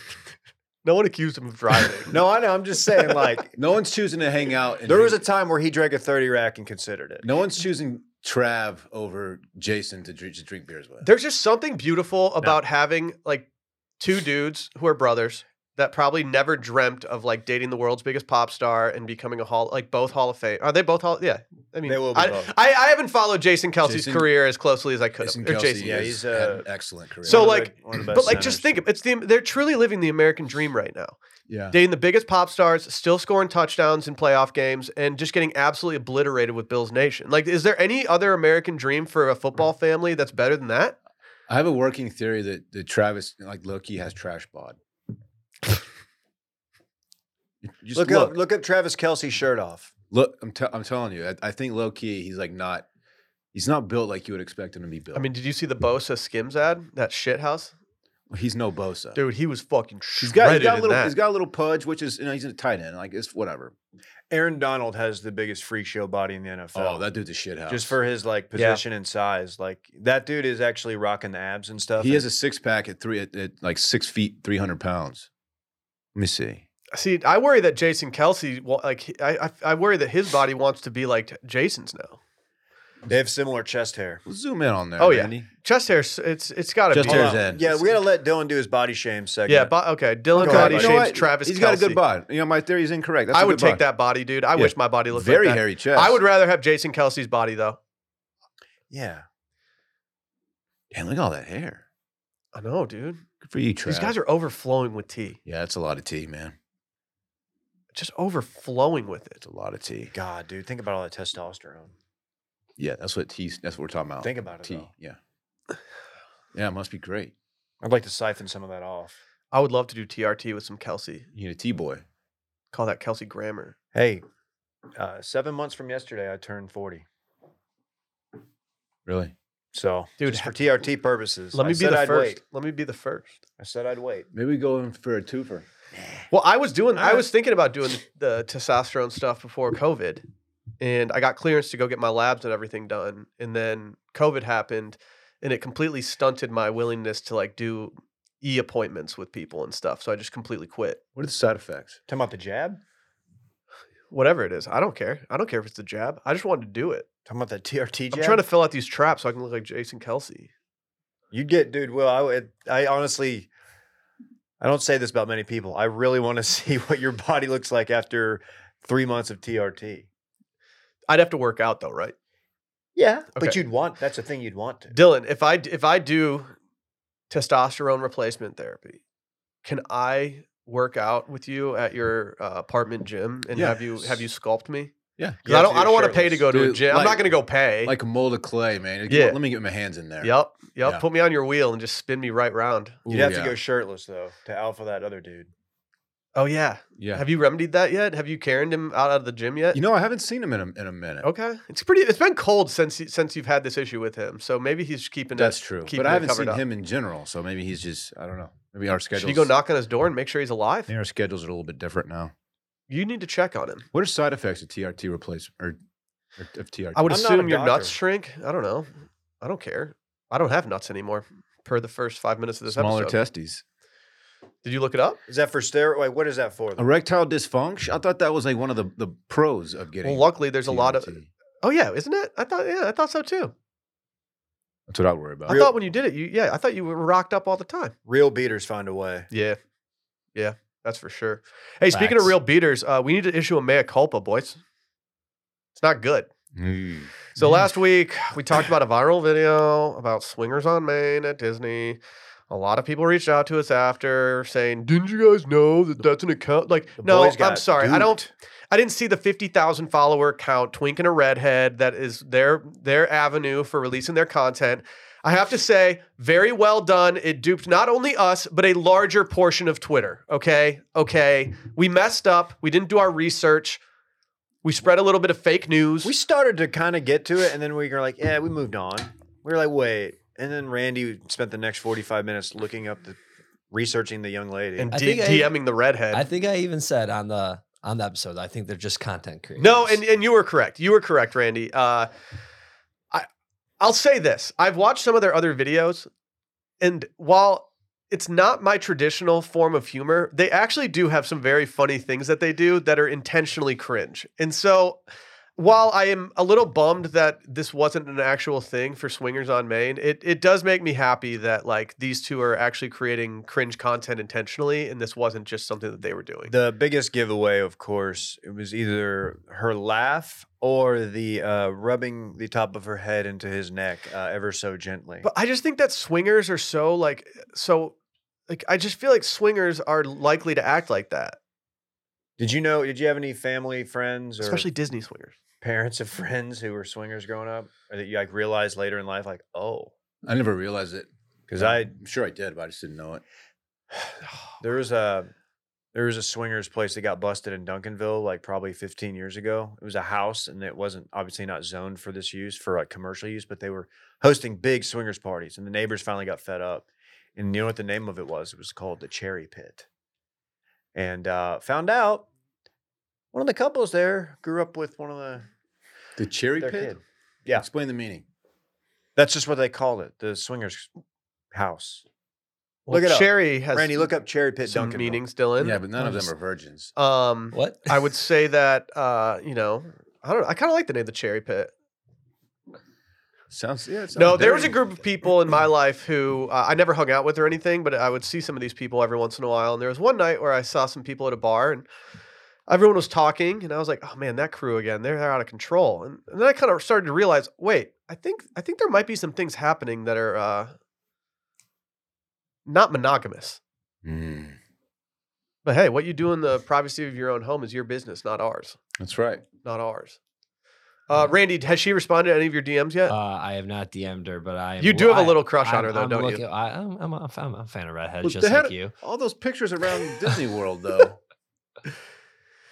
S1: No one accused him of
S2: <laughs>
S1: driving.
S2: no, I know. I'm just saying, like
S3: No one's choosing to hang out. And
S2: there was a
S3: hang-
S2: time where he drank a thirty rack and considered it.
S3: no one's choosing Trav over Jason to drink, to drink beers with.
S1: There's just something beautiful about having like two dudes who are brothers that probably never dreamt of like dating the world's biggest pop star and becoming a hall like both Hall of Fame. Are they both Hall? Yeah, I mean,
S2: They will be
S1: I,
S2: both.
S1: I, I haven't followed Jason Kelsey's
S3: Jason-
S1: career as closely as I could.
S3: Jason
S1: have, or
S3: Kelsey,
S1: Jason,
S2: yeah,
S3: yeah,
S2: he's,
S3: he's had an
S2: uh,
S3: excellent career.
S1: So,
S2: One of the-
S1: like,
S2: one of the
S1: but
S2: best
S1: like just
S2: centers.
S1: think of it's the they're truly living the American dream right now.
S3: yeah,
S1: Dating the biggest pop stars, still scoring touchdowns in playoff games, and just getting absolutely obliterated with Bills Nation. Like, is there any other American dream for a football family that's better than that?
S3: I have a working theory that, that Travis, like Loki, has trash bod. You Just
S2: Look,
S3: look,
S2: up,
S3: look,
S2: look up Travis Kelsey shirt off.
S3: I'm, te- I'm telling you, I, I think low key, he's like not, he's not built like you would expect him to be built.
S1: I mean, did you see the Bosa Skims ad? That shit house,
S3: he's no Bosa.
S1: dude. He was fucking
S3: He's
S1: shredded
S3: got, he's got a
S1: in
S3: little,
S1: that.
S3: he's got a little pudge, which is, you know, he's a tight end. Like it's whatever.
S2: Aaron Donald has the biggest freak show body in the NFL.
S3: Oh, that dude's a shit house.
S2: just for his like
S1: Yeah.
S2: position and size. Like that dude is actually rocking the abs and stuff.
S3: He
S2: and-
S3: has a six pack at three at, at like six feet, three hundred pounds. Let me see.
S1: See, I worry that Jason Kelsey, wa- like, he- I, I, I worry that his body wants to be like Jason's now.
S2: they have similar chest hair.
S3: We'll zoom in on there.
S1: Oh, yeah.
S3: Randy.
S1: Chest hair, s- it's it's got to
S3: Just
S1: be.
S3: hair's
S2: Hold on.
S3: in.
S2: Yeah, we gotta let Dylan do his body shame segment.
S1: Yeah, bo- okay. Dylan
S2: Go ahead,
S1: body
S2: buddy.
S3: You know
S1: shames
S3: what?
S1: Travis.
S3: He's got a
S1: Kelce.
S3: good bod. You know, my theory is incorrect. That's
S1: I
S3: a
S1: would
S3: good
S1: take
S3: bod.
S1: that body, dude. I
S3: Yeah.
S1: wish my body looked
S3: Very
S1: like that.
S3: hairy chest.
S1: I would rather have Jason Kelsey's body though.
S2: yeah.
S3: Damn, look at all that hair.
S1: I know, dude.
S3: Good for you, Travis.
S1: These guys are overflowing with tea.
S3: Yeah, that's a lot of tea, man.
S1: Just overflowing with it.
S3: It's a lot of tea.
S2: God, dude, think about all that testosterone.
S3: Yeah, that's what tea. That's what we're talking about.
S2: Think about it.
S3: tea.
S2: Though.
S3: Yeah. Yeah, it must be great.
S2: I'd like to siphon some of that off.
S1: I would love to do TRT with some Kelsey.
S3: You need a tea boy.
S1: Call that Kelsey grammar.
S2: Hey, uh, seven months from yesterday, I turned forty.
S3: Really?
S2: So,
S1: Dude,
S2: just
S1: ha-
S2: for TRT purposes,
S1: Let
S2: I
S1: me be
S2: said
S1: the
S2: I'd
S1: first.
S2: wait.
S1: Let me be the first.
S2: I said I'd wait.
S3: Maybe we go in for a twofer.
S1: Well, I was doing. I
S2: Alright.
S1: was thinking about doing the testosterone stuff before COVID, and I got clearance to go get my labs and everything done. And then COVID happened, and it completely stunted my willingness to like do e appointments with people and stuff. So I just completely quit.
S3: What are the side effects?
S2: Talking about the jab,
S1: Whatever it is, I don't care. I don't care if it's the jab. I just wanted to do it.
S2: Talking about that TRT jab.
S1: I'm trying to fill out these traps so I can look like Jason Kelsey.
S2: You'd get, dude. Will I? would- I honestly, I don't say this about many people. I really want to <laughs> see what your body looks like after three months of TRT.
S1: I'd have to work out though, right?
S2: Yeah, but
S1: Okay.
S2: you'd want. That's a thing you'd want to.
S1: Dylan, if I d- if I do testosterone replacement therapy, can I work out with you at your uh, apartment gym and have you have you sculpt me?
S3: Yeah.
S1: Because I don't I don't want to pay to go to a
S3: Dude,
S1: gym. I'm not
S3: like-
S1: going to go pay.
S3: Like a mold of clay, man. Like,
S1: Yeah.
S3: Let me get my hands in there.
S1: yep, yep.
S3: Yeah.
S1: Put me on your wheel and just spin me right round.
S3: Ooh,
S2: You'd have
S3: yeah.
S2: to go shirtless though to alpha that other dude.
S1: Oh yeah.
S3: Yeah.
S1: Have you remedied that yet? Have you carried him out of the gym yet?
S3: You know, I haven't seen him in a, in a minute.
S1: okay. It's pretty. It's been cold since he- since you've had this issue with him. So maybe he's keeping.
S3: That's
S1: it,
S3: true.
S1: keeping
S3: But I
S1: it
S3: haven't
S1: covered
S3: seen
S1: up.
S3: him in general. So maybe he's just, I don't know. Maybe our schedules,
S1: Should you go knock on his door and make sure he's alive?
S3: maybe our schedules are a little bit different now.
S1: You need to check on him.
S3: What are side effects of TRT replacement or, or of TRT?
S1: I would
S2: I'm not a
S1: assume your nuts
S2: doctor.
S1: shrink. I don't know. I don't care. I don't have nuts anymore. Per the first five minutes of this
S3: Smaller
S1: episode.
S3: testes.
S1: Did you look it up?
S2: Is that for steroid? Wait, what is that for? though?
S3: Erectile dysfunction? I thought that was like one of the, the pros of getting.
S1: Well, luckily there's a lot of.
S3: TRT.
S1: Oh yeah, isn't it? I thought yeah, I thought so too.
S3: That's what I worry about.
S1: I thought when you did it, you yeah, I thought you were rocked up all the time.
S2: Real beaters find a way.
S1: Yeah, yeah, that's for sure. Hey, speaking of
S4: Facts.
S1: real beaters, uh, we need to issue a mea culpa, boys. It's not good.
S3: Mm.
S1: So last week we talked about a viral video about swingers on Main at Disney. A lot of people reached out to us after saying, "Didn't you guys know that that's an account?" Like,
S2: The
S1: no,
S2: boys
S1: I'm
S2: got
S1: sorry, I
S2: duped.
S1: don't. I didn't see the fifty thousand follower count twinking a redhead. That is their their avenue for releasing their content. I have to say, very well done. It duped not only us, but a larger portion of Twitter. Okay, okay, we messed up. We didn't do our research. We spread a little bit of fake news.
S2: We started to kind of get to it, and then we were like, "Yeah, we moved on." We were like, "Wait," and then Randy spent the next forty-five minutes looking up the, researching the young lady.
S1: and
S4: I
S1: D-
S4: think I-
S1: DMing the redhead.
S4: I think I even said on the on the episode, I think they're just content creators.
S1: no, and, and you were correct. You were correct, Randy. Uh, I I'll say this: I've watched some of their other videos, and while it's not my traditional form of humor, they actually do have some very funny things that they do that are intentionally cringe. And so, while I am a little bummed that this wasn't an actual thing for swingers on Maine, it it does make me happy that like these two are actually creating cringe content intentionally, and this wasn't just something that they were doing.
S2: The biggest giveaway, of course, it was either her laugh or the uh, rubbing the top of her head into his neck uh, ever so gently.
S1: But I just think that swingers are so like so like I just feel like swingers are likely to act like that,
S2: did you know? Did you have any family, friends, or
S1: especially Disney
S2: <sighs>
S1: swingers.
S2: <laughs> parents of friends who were swingers growing up, or that you like realized later in life, like, oh,
S3: I never realized it.
S2: because
S3: Yeah,
S2: I
S3: I'm sure I did, but I just didn't know it.
S2: There was a there was a swingers place that got busted in Duncanville like probably 15 years ago. It was a house and it wasn't obviously not zoned for this use for like commercial use, but they were hosting big swingers parties and the neighbors finally got fed up. And you know what the name of it was? It was called the Cherry Pit. And uh, found out one of the couples there grew up with one of the
S3: The cherry
S2: their
S3: pit.
S2: kid. Yeah.
S3: Explain the meaning.
S2: That's just what they called it, the swingers house.
S1: Well,
S2: look it up.
S1: Cherry has
S2: Randy, look up Cherry Pit
S1: some
S2: Duncanville.
S1: meanings, Dylan.
S3: yeah, but none of them
S4: just-
S3: are virgins. <laughs>
S1: Um,
S4: what?
S1: I
S4: <laughs>
S1: would say that uh, you know, I don't. know. I kind of like the name the Cherry Pit.
S3: Sounds yeah. it sounds
S1: No, there was a
S3: dirty.
S1: group of people in my life who uh, I never hung out with or anything, but I would see some of these people every once in a while. And there was one night where I saw some people at a bar and everyone was talking, and I was like, "Oh man, that crew again! They're, they're out of control." And, and then I kind of started to realize, wait, I think I think there might be some things happening that are uh, not monogamous.
S3: Mm,
S1: But hey, what you do in the privacy of your own home is your business, not ours.
S3: that's right.
S1: Not ours. Uh, Randy, has she responded to any of your DMs yet?
S4: uh, I have not DM'd her, but I am
S1: you do have
S4: I-
S1: a little crush on
S4: I'm-
S1: her, though,
S4: I'm
S1: don't you?
S4: looking- I, I'm, I'm, a- I'm a fan of redhead,
S3: Well,
S4: just
S3: they had
S4: like
S3: a-
S4: you.
S3: All those pictures <laughs> around Disney World, though.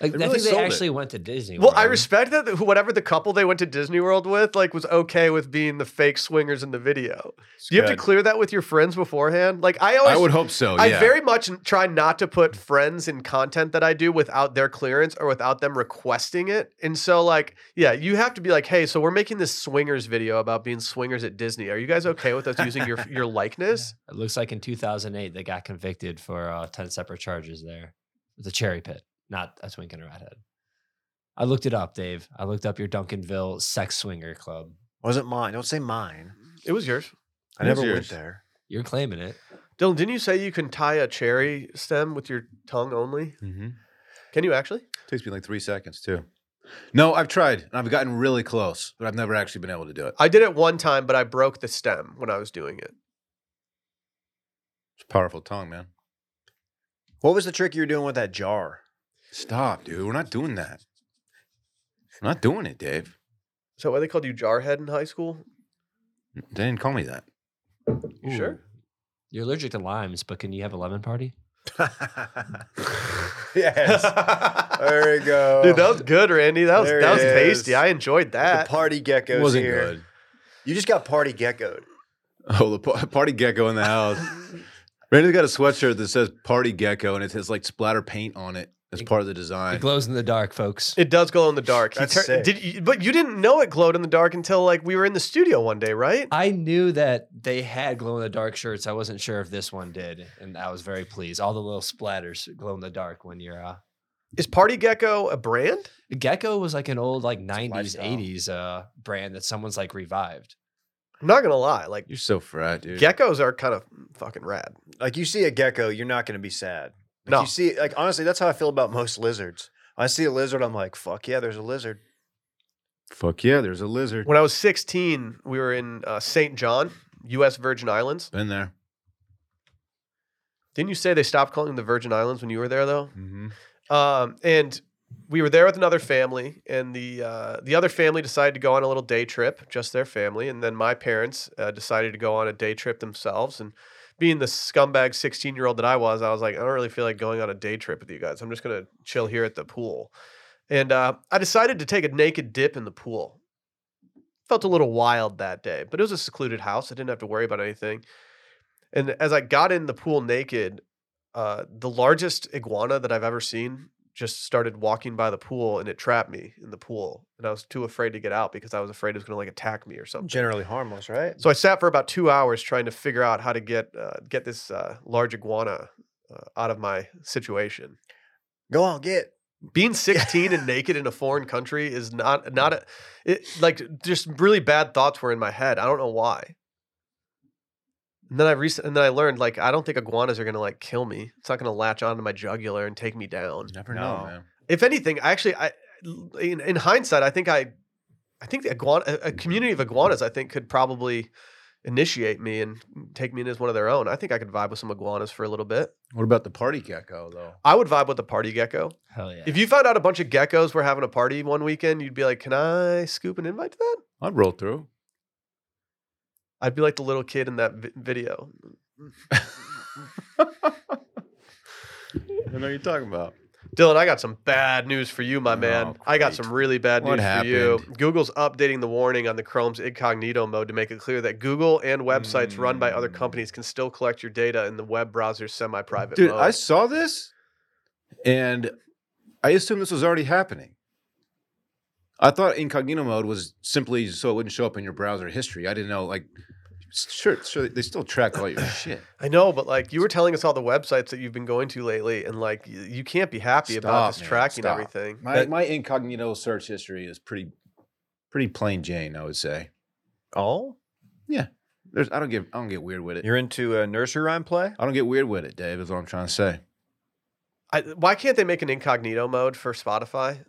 S4: Like,
S3: They
S4: I
S3: really
S4: think they
S3: sold it.
S4: actually went to Disney.
S1: Well, I
S4: World.
S1: respect that that whatever the couple they went to Disney World with, like, was okay with being the fake swingers in the video. Do you have to clear that with your friends beforehand? Like, I always,
S3: I would hope so. Yeah.
S1: I very much n- try not to put friends in content that I do without their clearance or without them requesting it. And so, like, yeah, you have to be like, hey, so we're making this swingers video about being swingers at Disney. Are you guys okay with us using your your likeness?
S3: <laughs>
S4: It looks like in 2008 they got convicted for uh, 10 separate charges there. The cherry pit, not a twink and a redhead. I looked it up, Dave. I looked up your Duncanville sex swinger club.
S2: Wasn't mine. Don't say mine.
S1: It was yours.
S2: I
S3: Who's
S2: never went
S3: yours?
S2: there.
S4: You're claiming it.
S1: Dylan, didn't you say you can tie a cherry stem with your tongue only?
S3: Mm-hmm.
S1: Can you actually?
S3: Takes me like three seconds too. No, I've tried and I've gotten really close, but I've never actually been able to do it.
S1: I did it one time, but I broke the stem when I was doing it.
S3: It's a powerful tongue, man.
S2: What was the trick you were doing with
S1: <laughs>
S2: that jar?
S3: Stop, dude. We're not doing that. We're not doing it, Dave.
S1: Is that why they called you Jarhead in high school?
S3: They didn't call me that.
S1: You sure?
S4: You're allergic to limes, but can you have a lemon party?
S2: yes. there we go.
S1: Dude, that was good, Randy. That was
S2: Oh. There
S1: that was
S2: it
S1: tasty.
S2: is.
S1: I enjoyed
S2: the
S1: that.
S2: party geckos
S3: It wasn't
S2: here.
S3: good.
S2: You just got party geckoed.
S3: Oh, the pa- party gecko in the <laughs> house. Randy's got a sweatshirt that says "Party Gecko" and it has like splatter paint on it as
S4: It-
S3: part of the
S4: It
S3: design.
S4: glows in the dark, folks.
S1: It does glow in the dark. He
S2: That's
S1: tur-
S2: sick.
S1: Did you, but you didn't know it glowed in the dark until like we were in the studio one day, right?
S4: I knew that they had glow in the dark shirts. I wasn't sure if this one did, and I was very pleased. All the little splatters glow in the dark when you're. Uh,
S1: Is Party Gecko a brand?
S4: Gecko was like an old like '90s,
S2: lifestyle.
S4: '80s uh, brand that someone's like revived.
S1: I'm not gonna lie. Like
S3: You're so fried, dude.
S1: geckos are kind of fucking rad.
S2: Like you see a gecko, you're not going to be sad. Like
S1: No.
S2: You see, like honestly, that's how I feel about most lizards. I see a lizard, I'm like, fuck yeah, there's a lizard.
S3: Fuck yeah, there's a lizard.
S1: When I was 16, we were in uh, St. John, U.S. Virgin Islands.
S3: Been there.
S1: Didn't you say they stopped calling them the Virgin Islands when you were there though?
S3: Mm-hmm.
S1: Um, and we were there with another family, and the uh, the other family decided to go on a little day trip, just their family, and then my parents uh, decided to go on a day trip themselves. And being the scumbag sixteen year old that I was, I was like, I don't really feel like going on a day trip with you guys. I'm just gonna chill here at the pool. And uh, I decided to take a naked dip in the pool. Felt a little wild that day, but it was a secluded house. I didn't have to worry about anything. And as I got in the pool naked, uh, the largest iguana that I've ever seen just started walking by the pool and it trapped me in the pool. And I was too afraid to get out because I was afraid it was going to like attack me or something.
S2: Generally harmless, right?
S1: So I sat for about two hours trying to figure out how to get uh, get this uh, large iguana uh, out of my situation.
S2: Go on, get.
S1: Being 16 and naked in a foreign country is not not a, it, like just really bad thoughts were in my head. I don't know why. And then I recent and then I learned like I don't think iguanas are going to like kill me. It's not going to latch onto my jugular and take me down.
S3: Never
S2: No.
S3: know, man.
S1: if anything, I actually, I in, in hindsight, I think I, I think the iguana, a- a community of iguanas, I think could probably initiate me and take me in as one of their own. I think I could vibe with some iguanas for a little bit.
S3: What about the party gecko though?
S1: I would vibe with the party gecko.
S4: Hell yeah!
S1: If you found out a bunch of geckos were having a party one weekend, you'd be like, "Can I scoop an invite to that?"
S3: I'd roll through.
S1: I'd be like the little kid in that vi- video.
S3: I know what you're talking about.
S1: Dylan, I got some bad news for you, my
S3: Oh,
S1: man. I got
S3: great.
S1: some really bad news
S3: What
S1: for you.
S3: happened?
S1: Google's updating the warning on the Chrome's incognito mode to make it clear that Google and websites run by other
S3: Mm.
S1: companies can still collect your data in the web browser's semi-private
S3: Dude,
S1: mode.
S3: I saw this and I assumed this was already happening. I thought incognito mode was simply so it wouldn't show up in your browser history. I didn't know, like, sure, sure, they still track all your <coughs> shit.
S1: I know, but like you were telling us all the websites that you've been going to lately, and like you, you can't be happy about
S3: Stop,
S1: this
S3: man,
S1: tracking
S3: stop.
S1: everything.
S3: My, my incognito search history is pretty, pretty plain Jane, I would say.
S2: Oh,
S3: There's, I don't get, I don't get weird with it.
S2: you're into uh, nursery rhyme play?
S3: I don't get weird with it, Dave. Is what I'm trying to say.
S1: I, why can't they make an incognito mode for Spotify?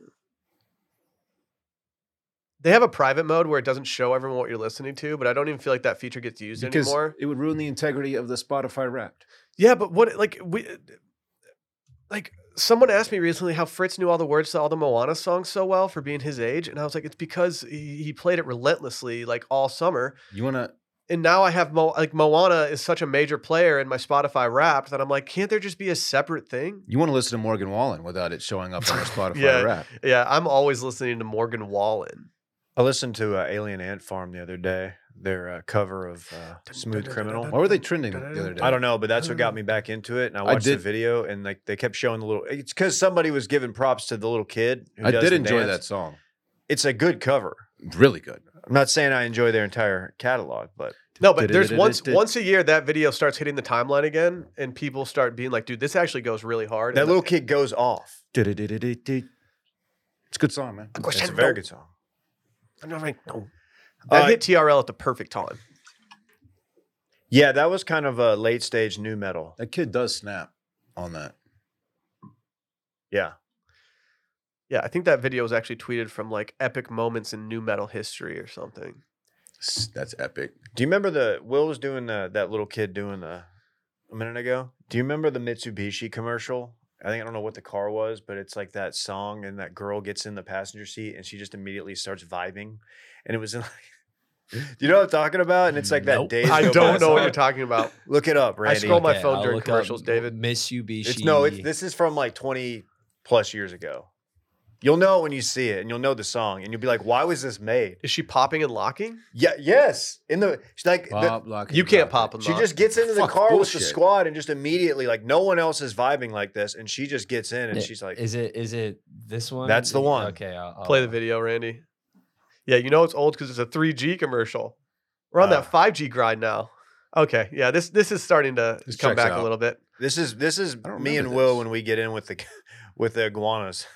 S1: They have a private mode where it doesn't show everyone what you're listening to, but I don't even feel like that feature gets used
S3: Because
S1: anymore.
S3: it would ruin the integrity of the Spotify Wrapped.
S1: Yeah, but what like we uh, like someone asked me recently how Fritz knew all the words to all the Moana songs so well for being his age, and I was like, it's because he, he played it relentlessly like all summer.
S3: You wanna?
S1: And now I have Mo like Moana is such a major player in my Spotify Wrapped that I'm like, can't there just be a separate thing?
S3: You want to listen to Morgan Wallen without it showing up on your Spotify
S1: Yeah.
S3: Wrapped?
S1: Yeah, I'm always listening to Morgan Wallen.
S2: I listened to uh, Alien Ant Farm the other day, their uh, cover of uh, Smooth Criminal.
S3: Why were they trending the other day?
S2: I don't know, but that's what got me back into it. And I
S3: Mm. I
S2: watched the
S3: did-
S2: video, and like they kept showing the little. It's because somebody was giving props to the little kid. Who
S3: I
S2: does
S3: did
S2: the
S3: enjoy that
S2: dance.
S3: song.
S2: It's a good cover.
S3: Really good.
S2: I'm not saying I enjoy their entire catalog, but
S1: No, but there's once once a year that video starts hitting the timeline again, and people start being like, dude, this actually goes really hard.
S2: that
S1: and
S2: little kid goes off.
S3: It's It's a good song, man.
S2: It's a very good song.
S1: I'm not like, no. That
S2: Uh,
S1: hit TRL at the perfect time.
S2: yeah, that was kind of a late stage new metal.
S3: That kid does snap on that.
S2: Yeah.
S1: Yeah, I think that video was actually tweeted from like epic moments in new metal history or something.
S3: S- That's epic.
S2: Do you remember the Will was doing the that little kid doing the a minute ago? Do you remember the Mitsubishi commercial? I think I don't know what the car was, but it's like that song and that girl gets in the passenger seat and she just immediately starts vibing, and it was in <laughs> like, do you know what I'm talking about? And it's like that
S4: Nope.
S2: day.
S1: I
S4: Go
S1: don't
S4: back
S1: know what
S2: <laughs>
S4: on.
S1: you're talking about.
S2: Look it up, Randy.
S1: I scroll my
S4: Okay,
S1: phone
S4: I'll
S1: during
S4: look up
S1: commercials, David.
S4: Mitsubishi.
S2: It's no, it's this is from like 20 plus years ago. You'll know it when you see it, and you'll know the song, and you'll be like, "Why was this made?"
S1: Is she popping and locking?
S2: Yeah, yes. In the she's like, the-
S3: Bob Lock and
S1: You can't
S3: Drop
S1: pop and
S2: she
S1: lock.
S2: just gets into the
S3: Fuck
S2: car with the
S3: bullshit.
S2: squad and just immediately like no one else is vibing like this, and she just gets in and
S4: I-
S2: she's like,
S4: Is it? Is it this one?
S2: That's the one.
S4: Okay, I'll, I'll
S1: Play the video, Randy. Yeah, you know it's old because it's a 3G commercial. We're on
S2: Ah.
S1: that 5G grind now. Okay, yeah, this this is starting to
S3: This
S1: come
S3: checks
S1: back a
S3: out.
S1: little bit.
S2: "This is this is
S3: don't
S2: me and
S3: remember
S2: Will
S3: this.
S2: when we get in with the <laughs> with the iguanas."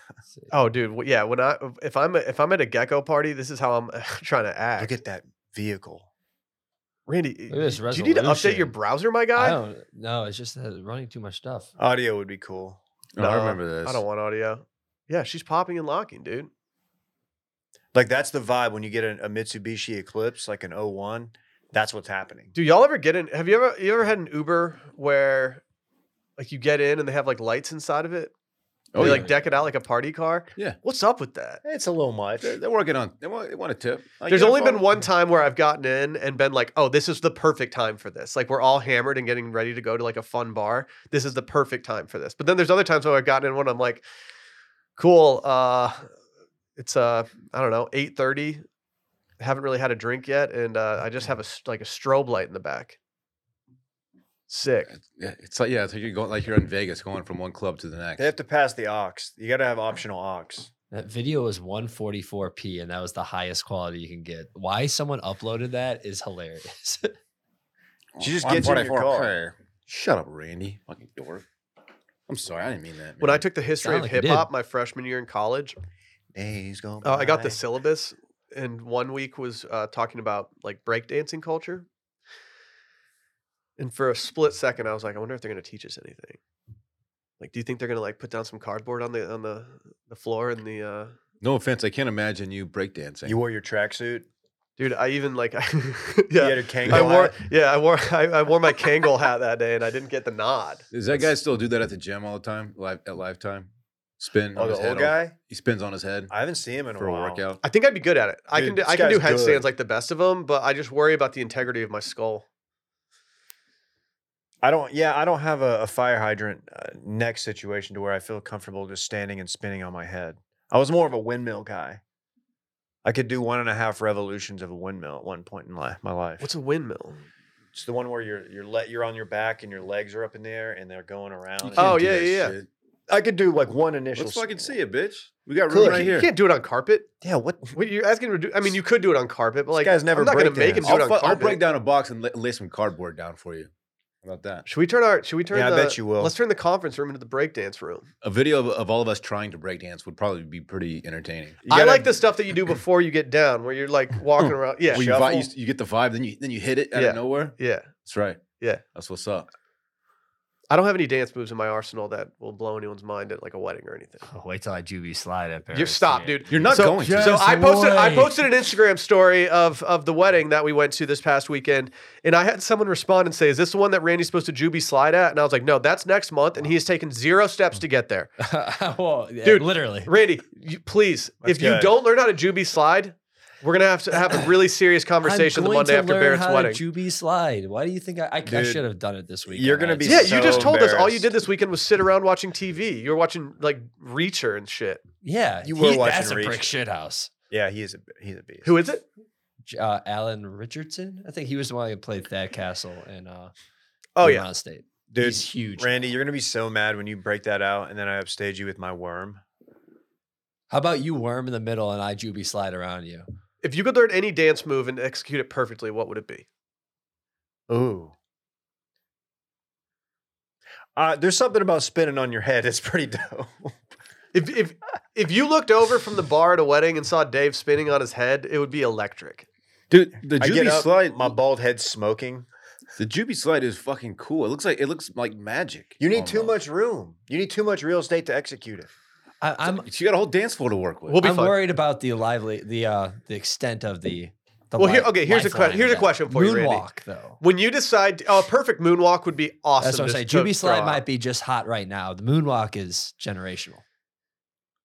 S1: Oh, dude, w- yeah. When I if I'm if I'm at a gecko party, this is how I'm <laughs> trying to act.
S2: Look at that vehicle.
S1: Randy,
S4: at this
S1: do you need to update your
S4: resolution.
S1: browser, my
S4: I
S1: guy?
S4: don't. No, it's just that running too much stuff.
S2: Audio would be cool.
S3: Oh, I
S1: No,
S3: remember this.
S1: I don't want audio. Yeah, she's popping and locking, dude.
S2: Like that's the vibe when you get a, a Mitsubishi Eclipse, like an 01. That's what's happening.
S1: Do y'all ever get in? Have you ever you ever had an Uber where like you get in and they have like lights inside of it?
S3: Oh,
S1: they
S3: yeah.
S1: like deck it out like a party car.
S3: Yeah.
S1: What's up with that?
S2: It's a little much.
S3: they're, they're working on. They want, they want a tip. Like,
S1: There's
S3: yeah,
S1: only been
S3: fuck.
S1: one time where I've gotten in and been like, oh, this is the perfect time for this. Like we're all hammered and getting ready to go to like a fun bar. This is the perfect time for this. But then there's other times where I've gotten in when I'm like, cool, uh, it's uh, I don't know, 8:30. Haven't really had a drink yet, and uh, I just have a s- like a strobe light in the back. Sick.
S3: Yeah, it's like yeah, it's like you're going like you're in Vegas, going from one club to the next.
S2: They have to pass the ox. You got to have optional ox.
S4: That video was 144p, and that was the highest quality you can get. Why someone uploaded that is hilarious. <laughs>
S3: Oh,
S2: She just gets you in your
S3: 144,
S2: car.
S3: okay. Shut up, Randy, fucking dork. I'm sorry, I didn't mean that.
S1: When I
S3: man.
S1: took the history of
S4: Sound like you
S1: hip
S4: did.
S1: hop my freshman year in college,
S2: Days gone
S1: uh, I got the
S2: by.
S1: syllabus, and one week was uh, talking about like breakdancing culture. And for a split second, I was like, I wonder if they're going to teach us anything. Like, do you think they're going to like put down some cardboard on the on the the floor and the uh
S3: no offense, I can't imagine you breakdancing.
S2: You wore your tracksuit.
S1: dude? I even like, <laughs> I,
S2: You
S1: yeah,
S2: had a kangaroo.
S1: I wore
S2: hat.
S1: yeah, I wore <laughs> I, I wore my Kangol hat that day, and I didn't get the nod.
S3: Does that guy still do that at the gym all the time? Live at live time, spin
S2: Oh,
S3: on his
S2: the
S3: head.
S2: old
S3: all-
S2: guy.
S3: he spins on his head
S2: I haven't seen him in
S3: for
S2: a
S3: a
S2: while.
S3: workout.
S1: I think I'd be good at it. I can
S2: Dude,
S1: do,
S2: this
S1: I can do
S2: guy's
S1: headstands
S2: good.
S1: like the best of them, but I just worry about the integrity of my skull.
S2: I don't. Yeah, I don't have a, a fire hydrant uh, neck situation to where I feel comfortable just standing and spinning on my head. I was more of a windmill guy. I could do one and a half revolutions of a windmill at one point in li- my life.
S1: What's a windmill?
S2: it's the one where you're you're let you're on your back and your legs are up in the air and they're going around.
S3: You
S2: and-
S3: can't
S1: Oh,
S3: do
S1: yeah,
S3: that
S1: yeah, yeah.
S3: shit.
S2: I could do like one initial.
S3: Let's fucking
S2: spin.
S3: see it, bitch. We got
S1: You
S3: room right
S1: can't-
S3: here.
S1: You can't do it on carpet.
S2: Oh, Yeah. What?
S1: What you're asking to do? I mean, you could do it on carpet, but
S2: This
S1: like,
S2: guy's never
S1: I'm not gonna
S2: breakdanced.
S1: make him do
S3: I'll,
S1: it on
S3: fu- I'll
S1: carpet.
S3: break down a box and lay, lay some cardboard down for you. How about that?
S1: Should we turn our? Should we turn?
S2: Yeah, I
S1: the,
S2: bet you will.
S1: Let's turn the conference room into the breakdance room.
S3: A video of, of all of us trying to breakdance would probably be pretty entertaining.
S2: You
S1: I
S2: gotta-
S1: like the stuff that you do before you get down, where you're like
S2: <clears throat>
S1: walking around. Yeah,
S3: Well, you, vi- you
S2: shuffle.
S3: s- you get the vibe, then you then you hit it out
S1: Yeah.
S3: of nowhere.
S1: yeah.
S3: That's right.
S1: Yeah.
S3: that's what's up.
S1: I don't have any dance moves in my arsenal that will blow anyone's mind at like a wedding or anything.
S4: Oh, Wait till I juvie slide up.
S1: You stop, dude.
S3: You're not
S1: so,
S3: going to.
S1: So
S4: Yes,
S1: I posted I
S4: why?
S1: posted an Instagram story of of the wedding that we went to this past weekend, and I had someone respond and say, "Is this the one that Randy's supposed to juvie slide at?" And I was like, "No, that's next month," and he has taken zero steps to get there.
S4: <laughs> well, yeah,
S1: Dude.
S4: literally.
S1: Randy, you, please,
S2: That's
S1: if you
S2: good.
S1: don't learn how to juvie slide, we're gonna have to have a really serious conversation
S4: I'm
S1: the
S4: going
S1: Monday
S4: to
S1: after
S4: learn
S1: Barrett's
S4: how to
S1: wedding.
S4: juvie slide. Why do you think I, I, I
S2: Dude,
S4: should have done it this week?
S2: you're gonna be
S1: yeah,
S2: so
S1: you just told us all you
S2: embarrassed.
S1: did this weekend was sit around watching TV. You were watching like Reacher and shit.
S4: yeah.
S2: You were watching
S4: That's a
S2: Reach.
S4: brick shit house.
S2: Yeah, he is a he's a beast.
S1: Who is it?
S4: J- Uh, Alan Richardson, I think he was the one who played Thad Castle in uh,
S1: Oh yeah,
S4: Vermont State.
S2: Dude,
S4: He's huge.
S2: Randy, you're gonna be so mad when you break that out, and then I upstage you with my worm.
S4: How about you worm in the middle and I juvie slide around you?
S1: if you could learn any dance move and execute it perfectly, what would it be?
S2: Ooh. <laughs> Uh, there's something about spinning on your head. It's pretty dope.
S1: If if If you looked over from the bar at a wedding and saw Dave spinning on his head, it would be electric.
S3: Dude, the
S2: I get
S3: Juvie
S2: up,
S3: slide,
S2: my bald head's smoking.
S3: the Juvie slide is fucking cool. It looks like it looks like magic.
S2: You need too
S3: almost.
S2: much room. You need too much real estate to execute it.
S4: I, I'm
S3: She got a whole dance floor to work with.
S1: We'll be
S4: I'm
S1: fine.
S4: worried about the lively the uh the extent of the. the
S1: Well, here-
S4: li-
S1: okay, here's a
S4: lifeline
S1: que- here's a
S4: of that.
S1: question for you, Randy.
S4: Moonwalk though.
S1: When you decide, oh, a perfect moonwalk would be awesome.
S4: That's what I'm
S1: to-
S4: saying.
S1: to
S4: Juvie slide
S1: draw out.
S4: might be just hot right now. The moonwalk is generational.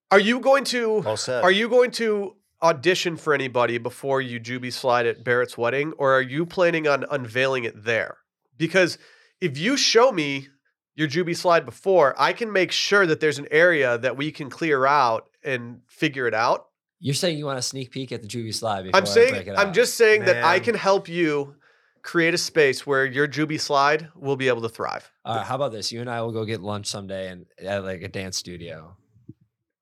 S1: Are you going to?
S2: All set.
S1: Are you going to audition for anybody before you Juby slide at Barrett's wedding, or are you planning on unveiling it there? Because if you show me your Juby slide before, I can make sure that there's an area that we can clear out and figure it out.
S4: You're saying you want a sneak peek at the Juvie slide before
S1: I'm
S4: I break
S1: saying,
S4: it
S1: I'm
S4: out.
S1: just saying that I
S2: Man.
S1: can help you create a space where your Juby slide will be able to thrive.
S4: All right, how about this? You and I will go get lunch someday and at like a dance studio,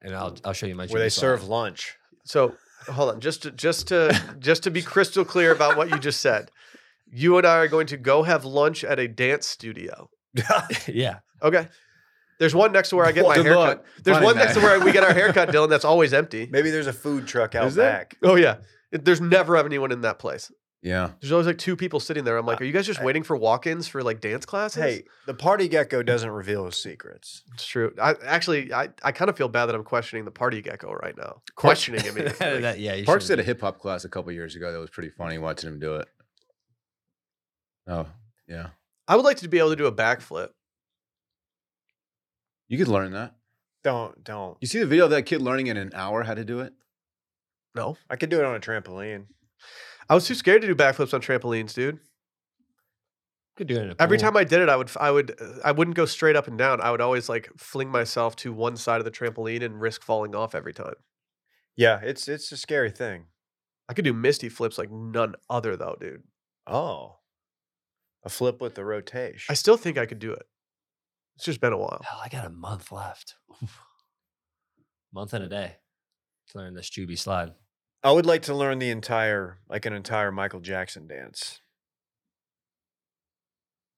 S4: and I'll I'll show you my
S2: Where they
S4: Juvie slide.
S2: serve lunch.
S1: So hold on, just to, just to just to be crystal clear about what you just said, you and I are going to go have lunch at a dance studio.
S4: <laughs>
S1: <laughs>
S4: yeah.
S1: Okay. There's one next to where I get my
S3: Good
S1: haircut.
S3: luck
S1: There's
S3: finding
S1: one next to
S3: that.
S1: where we get our haircut, Dylan. That's always empty.
S2: Maybe there's a food truck out
S3: Is there?
S2: back.
S1: Oh yeah. It- there's never anyone in that place.
S3: yeah.
S1: There's always like two people sitting there. I'm like, are you guys just waiting for walk-ins for like dance classes?
S2: Hey, the party gecko doesn't reveal his secrets.
S1: it's true. I actually, I, I kind of feel bad that I'm questioning the party gecko right now. Questioning him.
S4: <laughs> That- yeah. You
S3: Parks did a
S4: shouldn't
S3: hip hop class a couple years ago that was pretty funny watching him do it. Oh, yeah.
S1: I would like to be able to do a backflip.
S3: You could learn that.
S2: Don't don't.
S3: You see the video of that kid learning in an hour how to do it?
S1: No,
S2: I could do it on a trampoline.
S1: I was too scared to do backflips on trampolines, dude.
S4: could do it in a
S1: Every
S4: pool.
S1: time I did it, I would, I would, uh, I wouldn't go straight up and down. I would always like fling myself to one side of the trampoline and risk falling off every time.
S2: Yeah, it's it's a scary thing.
S1: I could do Misty flips like none other though, dude.
S2: Oh. A flip with the
S1: I
S2: rotation.
S1: still think I could do it. It's just been a while.
S4: Hell, I got a month left. <laughs> month and a day to learn this Juvie slide.
S2: I, would like to learn the entire like an entire Michael Jackson dance.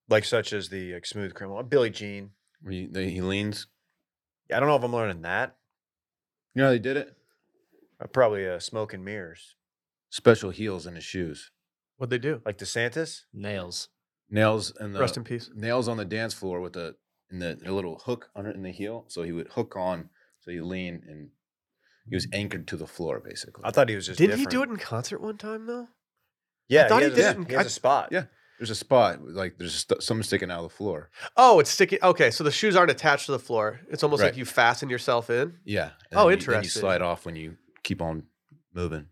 S2: Like such as the like, smooth criminal, Billie Jean.
S3: Where you, they, he leans.
S2: I don't know if I'm learning that.
S3: You know how they did it?
S2: Uh, Probably uh, smoke and mirrors,
S3: Special heels in his shoes.
S1: What'd they do?
S2: like DeSantis.
S4: Nails.
S3: Nails and the
S1: Rest in peace.
S3: nails on the dance floor with the in the, the little hook under in the heel. So he would hook on, so he lean and he was anchored to the floor basically.
S2: I thought he was just.
S1: Didn't he do it
S2: different.
S1: in concert one time though?
S2: Yeah,
S1: thought
S2: he,
S1: he
S2: has
S1: did
S2: a,
S1: it in-
S2: he has
S1: I-
S2: a spot.
S3: yeah. there's a spot like there's st- something sticking out of the floor.
S1: Oh, it's sticking. Okay, so the shoes aren't attached to the floor. It's almost like
S3: Right.
S1: you fasten yourself in.
S3: Yeah.
S1: Oh,
S3: and then you- then
S1: interesting.
S3: You slide off when you keep on moving.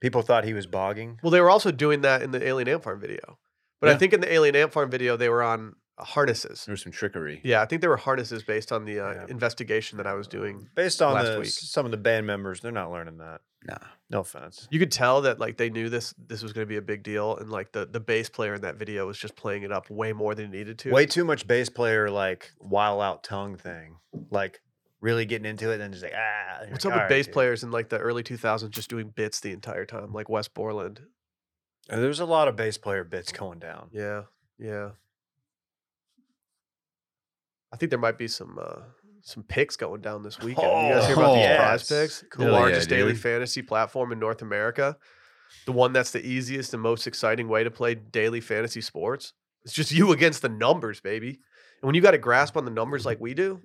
S2: People thought he was bogging.
S1: Well, they were also doing that in the Alien Ant Farm video, but I
S3: Yeah.
S1: think in the Alien Ant Farm video they were on harnesses.
S3: There was some trickery.
S1: Yeah, I think they were harnesses based on the uh,
S2: Mm. Yeah.
S1: investigation that I was doing.
S2: Based on
S1: Last
S2: the,
S1: week.
S2: some of the band members, they're not learning that.
S3: Nah.
S2: No offense.
S1: You could tell that like they knew this this was going to be a big deal, and like the the bass player in that video was just playing it up way more than he needed to.
S2: Way too much bass player like while out tongue thing, like really getting into it and then just like ah. you're
S1: What's
S2: like,
S1: up with
S2: "All right,
S1: bass
S2: dude."
S1: players in like the early 2000s just doing bits the entire time, like Wes Borland?
S2: Uh, There's a lot of bass player bits going down.
S1: Yeah, yeah. I think there might be some uh, some picks going down this weekend. you guys hear about these
S3: Oh,
S1: prize
S2: yes.
S1: picks? The
S3: Hell yeah,
S1: largest daily
S3: dude.
S1: fantasy platform in North America, the one that's the easiest and most exciting way to play daily fantasy sports. It's just you <laughs> against the numbers, baby. And when you got a grasp on the numbers like we do,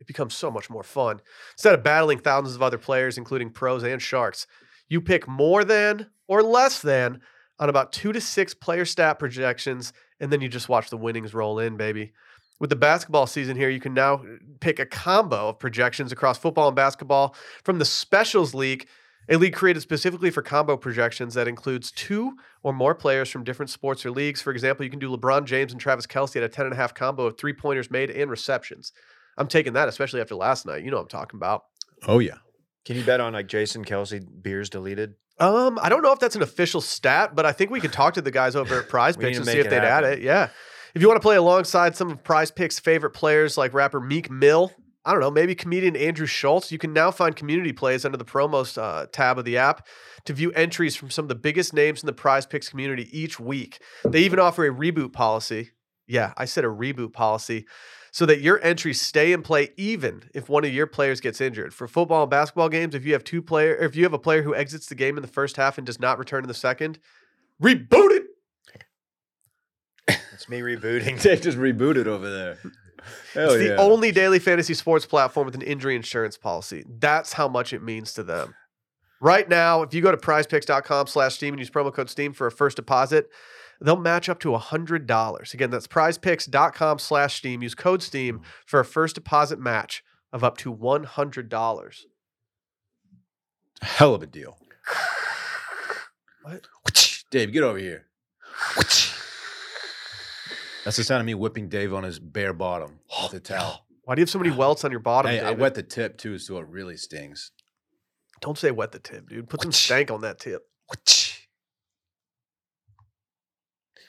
S1: it becomes so much more fun. Instead of battling thousands of other players, including pros and sharks, you pick more than or less than on about two to six player stat projections, and then you just watch the winnings roll in, baby. With the basketball season here, you can now pick a combo of projections across football and basketball from the Specials League, a league created specifically for combo projections that includes two or more players from different sports or leagues. For example, you can do LeBron James and Travis Kelsey at a 10.5 combo of three pointers made and receptions. I'm taking that, especially after last night. You know what I'm talking about.
S3: Oh yeah.
S2: Can you bet on like Jason Kelsey beers deleted?
S1: Um, I don't know if that's an official stat, but I think we could talk to the guys over
S2: <laughs>
S1: at Prize
S2: We need
S1: Picks
S2: to
S1: and see
S2: make
S1: if
S2: it
S1: they'd add
S2: happen.
S1: it. Yeah. If you want to play alongside some of Prize Picks' favorite players like rapper Meek Mill, I don't know, maybe comedian Andrew Schultz, you can now find community plays under the promos uh, tab of the app to view entries from some of the biggest names in the Prize Picks community each week. They even offer a reboot policy. Yeah, I said a reboot policy so that your entries stay in play even if one of your players gets injured. For football and basketball games, if you have two player if you have a player who exits the game in the first half and does not return in the second, reboot it.
S2: It's me rebooting.
S1: <laughs>
S3: <laughs> They just rebooted over there. Hell
S1: it's
S3: yeah.
S1: the only daily fantasy sports platform with an injury insurance policy. That's how much it means to them. Right now, if you go to prizepicks.com slash Steam and use promo code Steam for a first deposit, they'll match up to $100. Again, that's prizepicks.com slash Steam. Use code
S3: Mm.
S1: Steam for a first deposit match of up to $100.
S3: Hell of a deal.
S1: <sighs> What?
S3: Dave, get over here. That's the sound of me whipping Dave on his bare bottom with a towel.
S1: Why do you have <sighs> so many welts on your Oh, bottom?
S3: Hey, I
S1: David?
S3: wet the tip too, so it really stings.
S1: Don't say wet the tip, dude. Put some stank on that tip.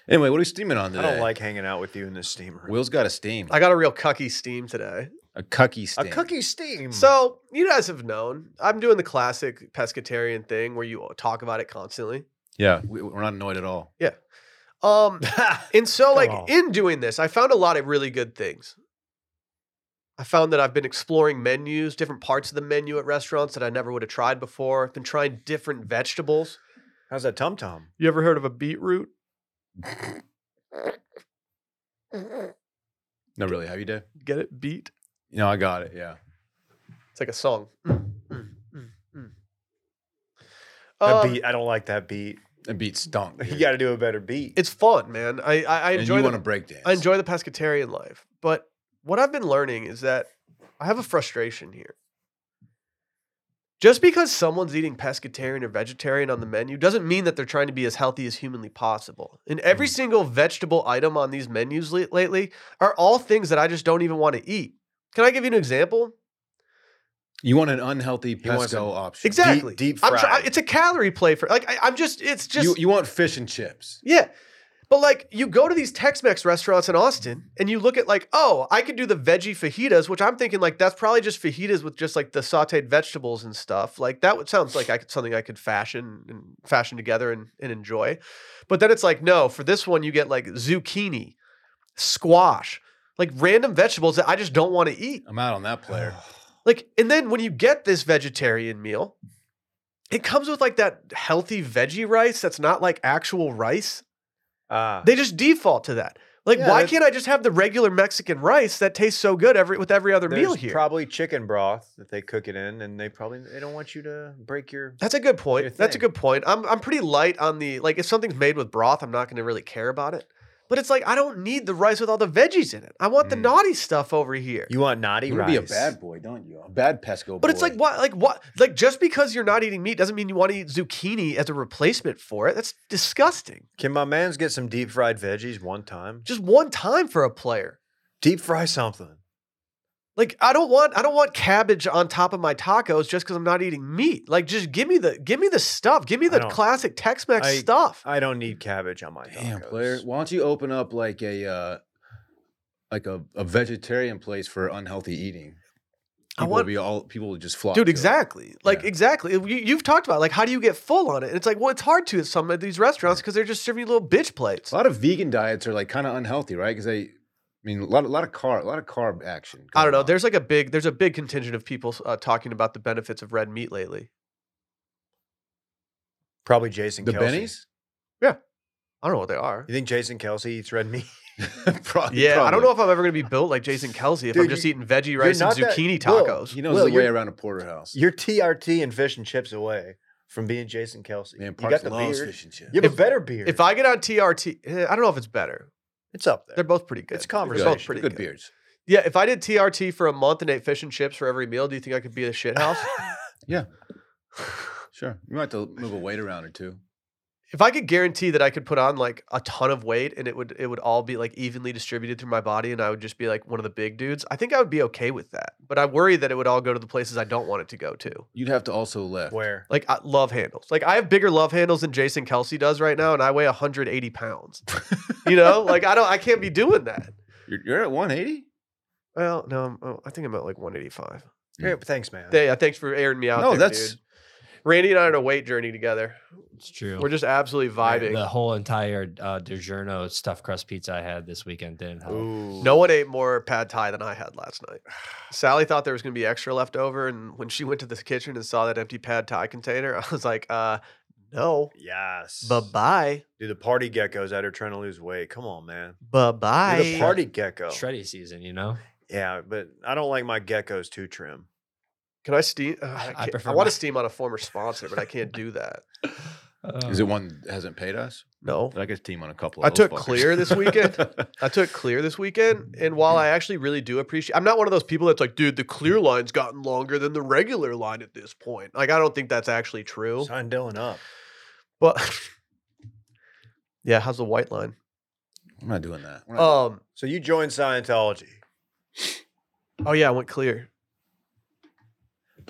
S3: Anyway, what are we steaming on
S2: I
S3: today?
S2: don't like hanging out with you in this steamer.
S3: Will's got a steam.
S1: I got a real cucky steam today.
S3: a cucky
S2: a
S3: steam.
S2: cookie
S1: Hmm.
S2: steam.
S1: So you guys have known I'm doing the classic pescatarian thing where you talk about it constantly.
S3: Yeah, we, we're not annoyed at all.
S1: <laughs> Um, and so like
S2: on.
S1: in doing this, I found a lot of really good things. I found that I've been exploring menus, different parts of the menu at restaurants that I never would have tried before. I've been trying different vegetables.
S2: <laughs> how's that tum tum?
S1: You ever heard of a beetroot?
S3: No, really, have you, Dave?
S1: Get it? Beet.
S3: No, I got it. Yeah.
S1: It's like a song. Mm, mm, mm, mm.
S2: That
S1: Um,
S2: beat. I don't like that beat. <laughs>
S3: The
S1: <laughs>
S3: beat stunk.
S2: You
S3: dude.
S2: got to do a better beat.
S1: it's fun, man. I I, I
S3: and you
S1: enjoy
S3: want to
S1: the,
S3: break dance.
S1: I enjoy the pescatarian life, but what I've been learning is that I have a frustration here. Just because someone's eating pescatarian or vegetarian on the menu doesn't mean that they're trying to be as healthy as humanly possible. And every single vegetable item on these menus la- lately are all things that I just don't even want to eat. Can I give you an example?
S3: You want an unhealthy
S2: He wants
S3: pesco
S2: an-
S3: option.
S1: Exactly.
S2: deep
S1: I'm try-
S2: fried.
S1: it's a calorie play for like I, I'm just it's just
S3: you, you want fish and chips.
S1: Yeah. But like you go to these Tex-Mex restaurants in Austin and you look at like, oh, I could do the veggie fajitas, which I'm thinking like that's probably just fajitas with just like the sauteed vegetables and stuff. Like that would sounds like I could something I could fashion and fashion together and, and enjoy. But then it's like, no, for this one you get like zucchini, squash, like random vegetables that I just don't want to eat.
S3: I'm out on
S1: <sighs>
S3: that player.
S1: Like, and then when you get this vegetarian meal, it comes with like that healthy veggie rice that's not like actual rice.
S2: Ah,
S1: They just default to that. Like,
S2: Yeah,
S1: why
S2: that's-
S1: can't I just have the regular Mexican rice that tastes so good every with every other meal
S2: there's
S1: here?
S2: Probably chicken broth that they cook it in, and they probably they don't want you to break your. <laughs>
S1: That's a good
S2: your
S1: point. That's a
S2: thing.
S1: good point. I'm I'm pretty light on the like if something's made with broth, I'm not going to really care about it. But it's like I don't need the rice with all the veggies in it. I want the
S2: Mm.
S1: naughty stuff over here.
S2: You want naughty
S3: You
S2: rice?
S3: want to be a bad boy, don't you? A bad pesco boy.
S1: but it's like what like what like just because you're not eating meat doesn't mean you want to eat zucchini as a replacement for it. That's disgusting.
S2: Can my man's get some deep fried veggies one time?
S1: Just one time for a player.
S2: Deep fry something.
S1: Like I don't want I don't want cabbage on top of my tacos just because I'm not eating meat. Like just give me the give me the stuff. Give me
S2: I
S1: the
S2: don't-
S1: classic Tex-Mex
S2: I-
S1: stuff.
S2: I don't need cabbage on my
S3: Damn,
S2: tacos.
S3: player. Why don't you open up like a uh, like a, a vegetarian place for unhealthy eating?
S1: I
S3: People will
S1: want-
S3: be all people will just flock.
S1: Dude,
S3: to it.
S1: exactly. Like
S3: Yeah.
S1: exactly. You, you've talked about like how do you get full on it? And it's like well, it's hard to at some of these restaurants because they're just serving you little bitch plates.
S3: A lot of vegan diets are like kind of unhealthy, right? Because they, I mean, a lot, a lot of carb, a lot of carb action.
S1: I don't
S3: going
S1: know.
S3: on.
S1: There's like a big there's a big contingent of people uh, talking about the benefits of red meat lately.
S2: Probably Jason.
S3: the
S2: Kelsey.
S3: Bennies.
S1: I don't know what they are.
S2: <laughs> You think Jason Kelsey eats red meat? <laughs>
S3: Pro-
S1: Yeah, I don't
S3: <laughs> probably.
S1: know if I'm ever gonna be built like Jason Kelsey if I'm
S2: Dude,
S1: just
S2: you-
S1: eating veggie
S2: you're
S1: rice and
S2: not that-
S1: zucchini
S2: Will,
S1: tacos.
S3: He knows
S2: Will,
S3: the way
S2: you're-
S3: around a porterhouse.
S2: You're TRT and fish and chips away from being Jason Kelsey.
S3: Man,
S2: you
S3: Parks
S2: got the
S3: loves
S2: beard.
S3: fish and chips.
S2: You have a better beard.
S1: If I get on TRT, eh, I don't know if it's better.
S2: it's up there.
S1: They're both pretty good.
S2: It's
S1: They're
S3: Good,
S1: both
S2: conversation.
S1: pretty
S3: good
S1: good.
S3: beards.
S1: Yeah, if I did TRT for a month and ate fish and chips for every meal, do you think I could be a shit <laughs> house?
S3: <laughs> Sure, you might have to move a weight around or two.
S1: if I could guarantee that I could put on like a ton of weight and it would it would all be like evenly distributed through my body and I would just be like one of the big dudes, I think I would be okay with that. But I worry that it would all go to the places I don't want it to go to.
S3: You'd have to also lift.
S2: Where?
S1: Like I, love handles. Like I have bigger love handles than Jason Kelsey does right now, and I weigh 180 pounds. you know, like I don't, I can't be doing that.
S3: You're, you're at 180.
S1: Well, no, I'm, oh, I think I'm at like 185.
S2: Yeah, thanks, man.
S1: They, uh, thanks for airing me out.
S3: No,
S1: there,
S3: that's
S1: dude. Randy and I are on a weight journey together.
S4: It's true.
S1: We're just absolutely vibing.
S4: The whole entire uh, DiGiorno stuffed crust pizza I had this weekend didn't help.
S2: Ooh.
S1: No one ate more pad thai than I had last night. Sally thought there was going to be extra left over, and when she went to the kitchen and saw that empty pad thai container, <laughs> I was like, uh, no.
S2: Yes.
S1: Bye bye.
S2: Dude, the party gecko's out here trying to lose weight. Come on, man.
S1: Bye
S2: You're
S1: bye.
S2: the party gecko.
S4: Shreddy season, you know.
S2: Yeah, but I don't like my geckos too trim.
S1: Can I steam? Uh,
S4: I
S1: I, can't- I,
S4: prefer
S1: want
S4: my-
S1: to steam on a former sponsor, but I can't do that.
S4: Oh.
S3: Is it one that hasn't paid us?
S1: No.
S3: I could team on a couple.
S1: I
S3: of those
S1: took
S3: fuckers.
S1: Clear this
S3: <laughs>
S1: weekend. I took clear this weekend, and while I actually really do appreciate, I'm not one of those people that's like, dude, the clear line's gotten longer than the regular line at this point. Like, I don't think that's actually true.
S2: Sign Dylan up.
S1: But <laughs> yeah, how's the white line?
S3: I'm not doing that. We're not doing-
S1: Um,
S2: So you joined Scientology.
S1: oh yeah, I went clear,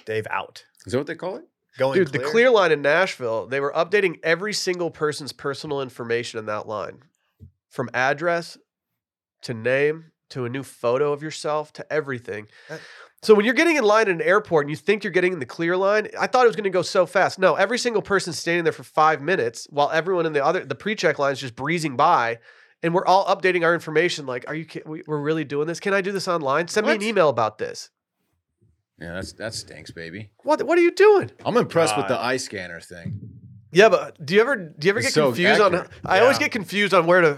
S2: Dave out.
S3: is that what they call it?
S2: Going
S1: dude. The clear line in Nashville, they were updating every single person's personal information in that line, from address to name to a new photo of yourself to everything.
S2: That-
S1: So when you're getting in line at an airport and you think you're getting in the clear line, I thought it was going to go so fast. No, every single person's standing there for five minutes while everyone in the other the pre-check line is just breezing by, and we're all updating our information. Like, are you? ki- we- We're really doing this? Can I do this online? Send
S2: What?
S1: me an email about this.
S3: Yeah, that's that stinks, baby.
S1: What? What are you doing?
S3: I'm impressed with the
S2: God.
S3: eye scanner thing.
S1: Yeah, but do you ever do you ever
S3: It's
S1: get
S3: so
S1: confused on?
S3: accurate.
S1: I always
S2: Yeah.
S1: get confused on where to.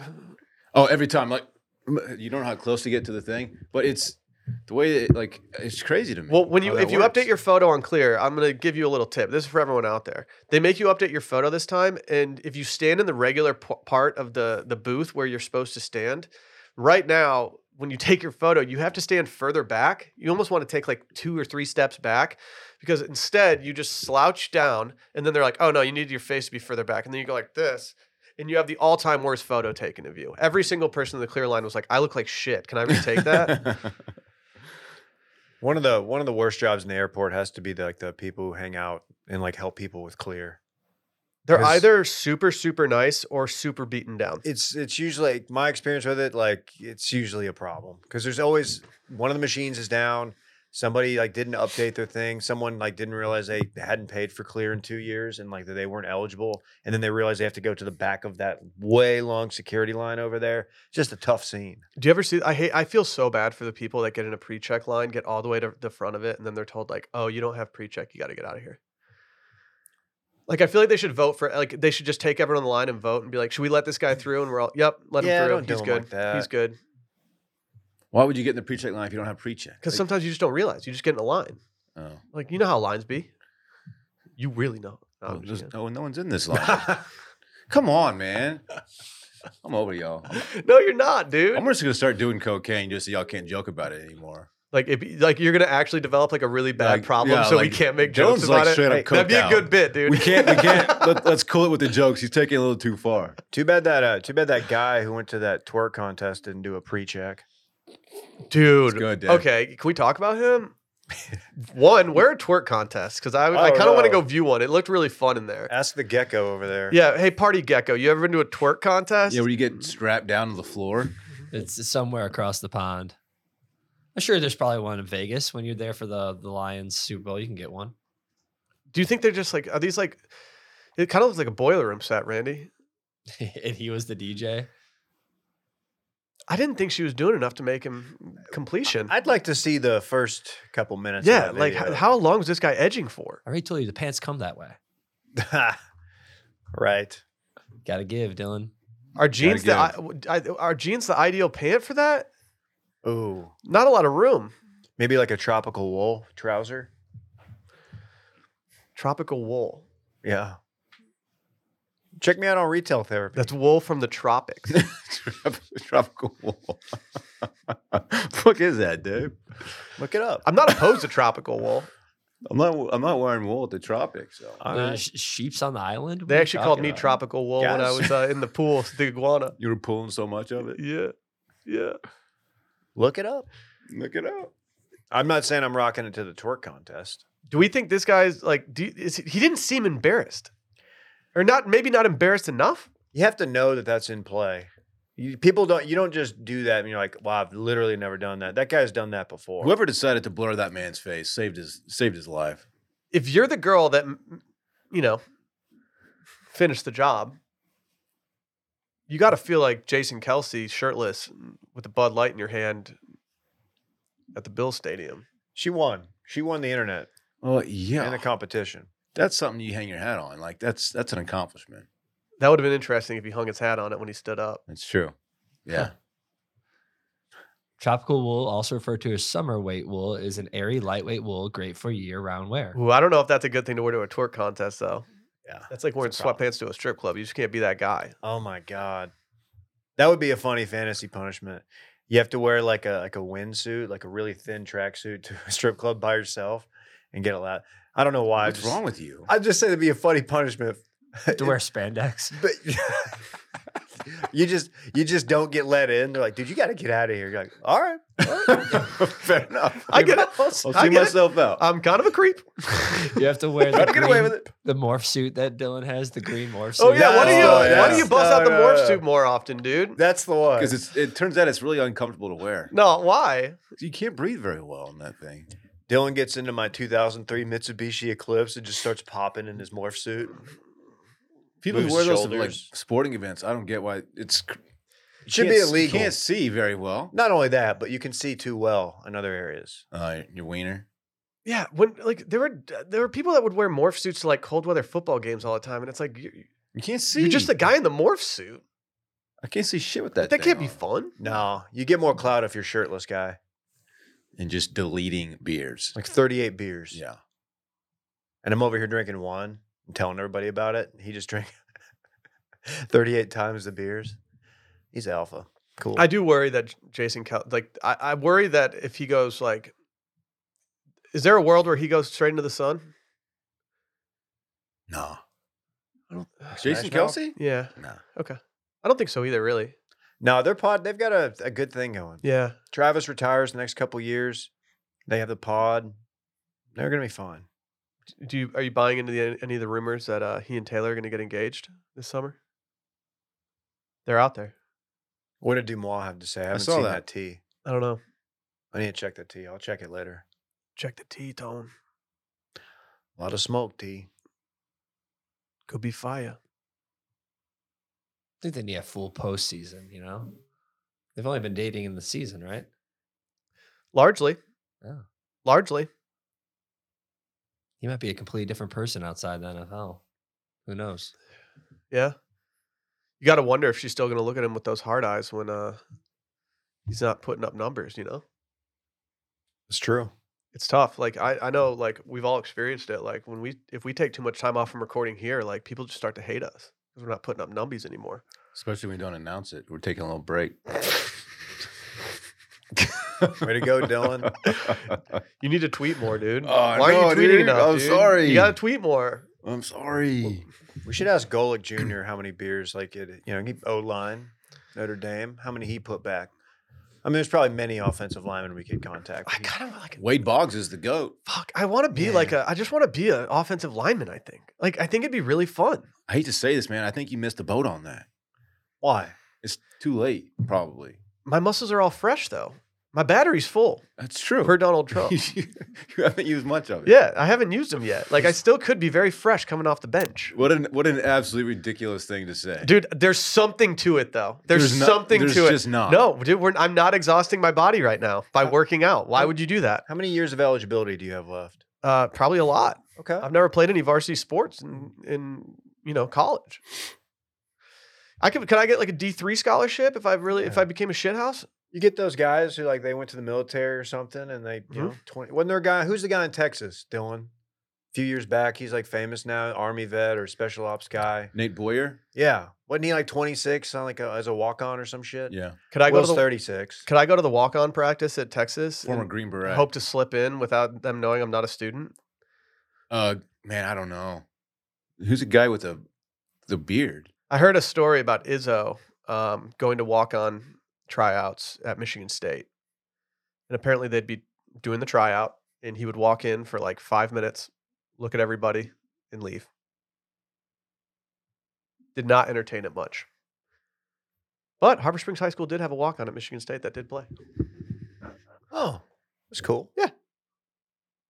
S3: Oh, every time, like m- you don't know how close to get to the thing, but it's the way it, like it's crazy to me.
S1: Well, when you
S3: how that
S1: if you
S3: works.
S1: update your photo on Clear, I'm gonna give you a little tip. This is for everyone out there. They make you update your photo this time, and if you stand in the regular p- part of the the booth where you're supposed to stand, right now when you <laughs> take your photo, you have to stand further back. You almost want to take like two or three steps back, because instead you just slouch down, and then they're like, "Oh no, you need your face to be further back," and then you go like this. And you have the all-time worst photo taken of you. Every single person in the clear line was like, "I look like shit. Can I retake that?"
S2: One of the one of the worst jobs in the airport has to be the, like the people who hang out and like help people with clear.
S1: They're
S2: Because-
S1: either super, super nice or super beaten down.
S2: It's it's usually like, my experience with it. Like it's usually a problem because there's always one of the machines is down. Somebody like didn't update their thing. Someone like didn't realize they hadn't paid for clear in two years and like that they weren't eligible. And then they realize they have to go to the back of that way long security line over there. Just a tough scene.
S1: Do you ever see? I hate. I feel so bad for the people that get in a pre-check line, get all the way to the front of it, and then they're told like, "Oh, you don't have pre-check. You got to get out of here." Like, I feel like they should vote for. Like, they should just take everyone on the line and vote and be like, "Should we let this guy through?" And we're all, "Yep, let
S2: Yeah,
S1: him through.
S2: don't do
S1: He's
S2: him
S1: good.
S2: like that.
S1: He's good."
S3: <laughs> Why would you get in the pre-check line if you don't have pre-check?
S1: Because
S3: Like-
S1: sometimes you just don't realize. You just get in a line.
S3: oh,
S1: Like, you know how lines be. You really know. No,
S3: oh,
S1: I'm just
S3: there's- oh, no one's in this
S1: <laughs>
S3: line. Come on, man. I'm over y'all. I'm-
S1: kidding. no, you're not, dude.
S3: I'm just gonna start doing cocaine just so y'all can't joke about it anymore.
S1: like, if like you're gonna actually develop like a really bad
S3: Like,
S1: problem,
S3: yeah,
S1: so we
S3: like,
S1: can't make
S3: Dylan's
S1: jokes about
S3: like
S1: it.
S3: straight up
S1: That'd be a
S3: coked
S1: good
S3: out.
S1: bit, dude.
S3: We can't.
S1: <laughs>
S3: We can't. Let, us cool it with the jokes. He's taking it a little too far.
S2: Too bad that uh, too bad that guy who went to that twerk contest didn't do a pre check.
S1: dude.
S3: Let's go, Dad.
S1: Okay, can we talk about him? one, we're a twerk contest because I, I
S2: Oh,
S1: kind of want to go
S2: no.
S1: view one. It looked really fun in there.
S2: Ask the gecko over there.
S1: Yeah. Hey, party gecko, you ever been to a twerk contest?
S3: Yeah, where you get strapped down to the floor. <laughs>
S4: It's somewhere across the pond. I'm sure there's probably one in Vegas when you're there for the the Lions Super Bowl. You can get one. <laughs>
S1: Do you think they're just like are these like? It kind of looks like a boiler room set, Randy.
S4: and he was the DJ.
S1: I didn't think she was doing enough to make him completion.
S2: I'd like to see the first couple minutes.
S1: yeah,
S2: of that
S1: like how,
S2: video.
S1: how long was this guy edging for?
S4: I already told you the pants come that way.
S2: <laughs> right.
S4: Got to give, Dylan.
S1: Are jeans the I, I- are jeans the ideal pant for that?
S2: Ooh,
S1: Not a lot of room.
S2: maybe like a tropical wool trouser.
S1: Tropical wool.
S2: Yeah. Check me out on retail therapy.
S1: That's wool from the tropics.
S4: <laughs>
S3: Trop- Tropical wall. <laughs> Fuck is that, dude?
S2: Look it up.
S1: I'm not opposed to tropical wool.
S3: I'm not. I'm not wearing wool at the tropics. So.
S2: All
S4: The
S2: right.
S4: sh- sheep's on the island. What
S1: They
S4: are you
S1: actually called
S4: talking
S1: me
S4: about?
S1: tropical wool when I
S2: Guys.
S1: was uh, in the pool with the iguana.
S3: You were pulling so much of it.
S1: Yeah, yeah.
S2: Look it up.
S3: Look it up.
S2: I'm not saying I'm rocking it to the twerk contest.
S1: Do we think this guy's like? Do, is, he didn't seem embarrassed, or not? Maybe not embarrassed enough.
S2: You have to know that that's in play. You, people don't. You don't just do that and you're like, "Wow, I've literally never done that." That guy's done that before.
S3: Whoever decided to blur that man's face saved his saved his life.
S1: If you're the girl that m- you know, finish the job. You got to feel like Jason Kelsey shirtless mm, with a Bud Light in your hand at the Bill Stadium.
S2: She won. She won the internet
S3: Well,
S2: in
S3: Oh, yeah,
S2: a competition.
S3: that's something you hang your hat on. Like that's that's an accomplishment.
S1: That would have been interesting if he hung his hat on it when he stood up.
S3: It's true. Yeah.
S4: Tropical wool, also referred to as summer weight wool, is an airy, lightweight wool great for year-round wear.
S1: Ooh, I don't know if that's a good thing to wear to a twerk contest, though.
S2: Yeah.
S1: That's like wearing
S2: It's a problem.
S1: sweatpants to a strip club. You just can't be that guy.
S2: Oh my god, that would be a funny fantasy punishment. You have to wear like a like a windsuit, like a really thin tracksuit to a strip club by yourself, and get allowed. I don't know why. I
S3: What's
S2: just-
S3: wrong
S2: <laughs>
S3: with you?
S2: I just say that'd be a funny punishment.
S4: To
S2: <laughs>
S4: wear spandex.
S2: but you just you just don't get let in. They're like, dude, you got to get out of here. You're like, all right,
S3: Fair enough.
S1: I get it.
S3: I'll
S1: I
S3: see
S1: get it.
S3: myself out.
S1: I'm kind of a
S2: <laughs>
S1: creep.
S4: You have to wear the,
S2: try to get away
S4: green-
S2: with it.
S4: the morph suit that Dylan has, the green morph suit.
S1: Oh yeah, why do you
S2: No,
S1: why do
S2: yeah.
S1: you bust
S2: No,
S1: out the
S2: no,
S1: morph
S2: no.
S1: suit more often, dude?
S2: <laughs> That's the one.
S3: Because it's it turns out it's really uncomfortable to wear.
S1: No, why?
S3: You can't breathe very well in that thing.
S2: Dylan gets into my 2003 Mitsubishi Eclipse and just starts popping in his morph suit.
S3: People
S2: Moves
S3: who wear those to like
S2: shoulders.
S3: sporting events, I don't get why it's cr-
S2: It should
S3: can't
S2: be
S3: s-
S2: illegal.
S3: You can't see very well.
S2: Not only that, but you can see too well in other areas.
S3: Uh, your wiener.
S1: Yeah, when like there were there were people that would wear morph suits to like cold weather football games all the time, and it's like you
S3: You can't see.
S1: you're just a guy in the morph suit.
S3: I can't see shit with that.
S1: that
S3: thing
S1: can't be
S3: on.
S1: fun.
S2: No, you get more clout if you're shirtless guy.
S3: And just deleting beers.
S2: Like 38 beers.
S3: yeah.
S2: And I'm over here drinking one and telling everybody about it. He just <laughs> drank 38 times the beers. He's alpha. Cool.
S1: I do worry that J- Jason Kel- like I, I worry that if he goes like, is there a world where he goes straight into the sun?
S3: No.
S1: I don't,
S3: Jason
S2: Smash Mouth?
S3: Kelsey?
S1: yeah,
S3: No.
S1: okay. I don't think so either, really.
S2: No, their pod, they've got a, a good thing going.
S1: Yeah,
S2: Travis retires the next couple years. They have the pod. They're going to be fine.
S1: Do you are you buying into the, any of the rumors that uh, he and Taylor are going to get engaged this summer? They're out there.
S2: What did Dumois have to say? I haven't
S3: saw
S2: seen
S3: that.
S2: that. tea.
S1: I don't know.
S2: I need to check the tea. I'll check it later.
S1: Check the T tone.
S2: A lot of smoke tea.
S1: Could be fire.
S4: I think they need a full postseason, you know? They've only been dating in the season, right?
S1: Largely.
S4: Yeah.
S1: Largely.
S4: He might be a completely different person outside the NFL. Who knows?
S1: Yeah. You got to wonder if she's still going to look at him with those hard eyes when uh, he's not putting up numbers, you know?
S2: It's true.
S1: It's tough. Like I, I know like we've all experienced it. Like when we if we take too much time off from recording here, like people just start to hate us because we're not putting up numbies anymore.
S3: Especially when you don't announce it. We're taking a little break.
S2: Way to go, Dylan.
S1: You need to tweet more, dude.
S3: <laughs> Oh,
S1: Why
S3: no,
S1: are you tweeting
S3: dude.
S1: enough?
S3: I'm
S1: dude?
S3: sorry.
S1: You got to tweet more.
S3: I'm sorry.
S2: We should ask Golick Jr. how many beers, like, it, you know, he O line, Notre Dame, how many he put back. I mean, there's probably many offensive linemen we could contact.
S1: I
S2: but he-
S1: kind of like
S3: Wade Boggs is the goat.
S1: fuck. I want to be like a. I just want to be an offensive lineman. I think. Like I think it'd be really fun.
S3: I hate to say this, man. I think you missed the boat on that.
S2: Why?
S3: It's too late, probably.
S1: My muscles are all fresh though. My battery's full
S3: That's true.
S1: per <laughs> Donald Trump.
S3: <laughs> you haven't used much of it.
S1: yeah, I haven't used them yet. Like I still could be very fresh coming off the bench.
S3: What an what an absolutely ridiculous thing to say.
S1: Dude, there's something to it though. There's,
S3: no-
S1: something
S3: there's
S1: to
S3: just
S1: it.
S3: not.
S1: No, dude, we're, I'm not exhausting my body right now by working out. Why would you do that?
S2: How many years of eligibility do you have left? Um,
S1: Uh, probably a lot.
S2: Okay.
S1: I've never played any varsity sports in in you know college. I could could I get like a D three scholarship if I really if
S2: Yeah.
S1: I became a shithouse?
S2: You get those guys who like they went to the military or something, and they you
S1: Mhm.
S2: know twenty. Wasn't there a guy? Who's the guy in Texas? Dylan. A few years back, he's like famous now, army vet or special ops guy.
S3: Nate Boyer.
S2: Yeah, wasn't he like twenty six on like a, as a walk on or some shit?
S3: Yeah,
S1: Could I go
S2: Will's
S1: to the,
S2: thirty six.
S1: could I go to the walk on practice at Texas?
S3: former
S1: and
S3: Green Beret.
S1: Hope to slip in without them knowing I'm not a student.
S3: uh, man, I don't know. Who's a guy with a the beard?
S1: I heard a story about Izzo um, going to walk on tryouts at Michigan State, and apparently they'd be doing the tryout, and he would walk in for like five minutes, look at everybody, and leave. Did not entertain it much. But Harbor Springs High School did have a walk on at Michigan State that did play.
S2: Oh, that's cool.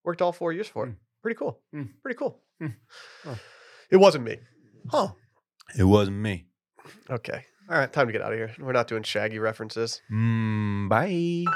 S1: Worked all four years for it.
S3: Hmm.
S1: Pretty cool.
S3: Hmm.
S1: Pretty cool.
S3: Hmm.
S2: Oh.
S1: It wasn't me.
S3: Huh. It wasn't me.
S1: Okay.
S3: All right.
S1: Time to get out of here. We're not doing Shaggy references.
S3: Mm, bye.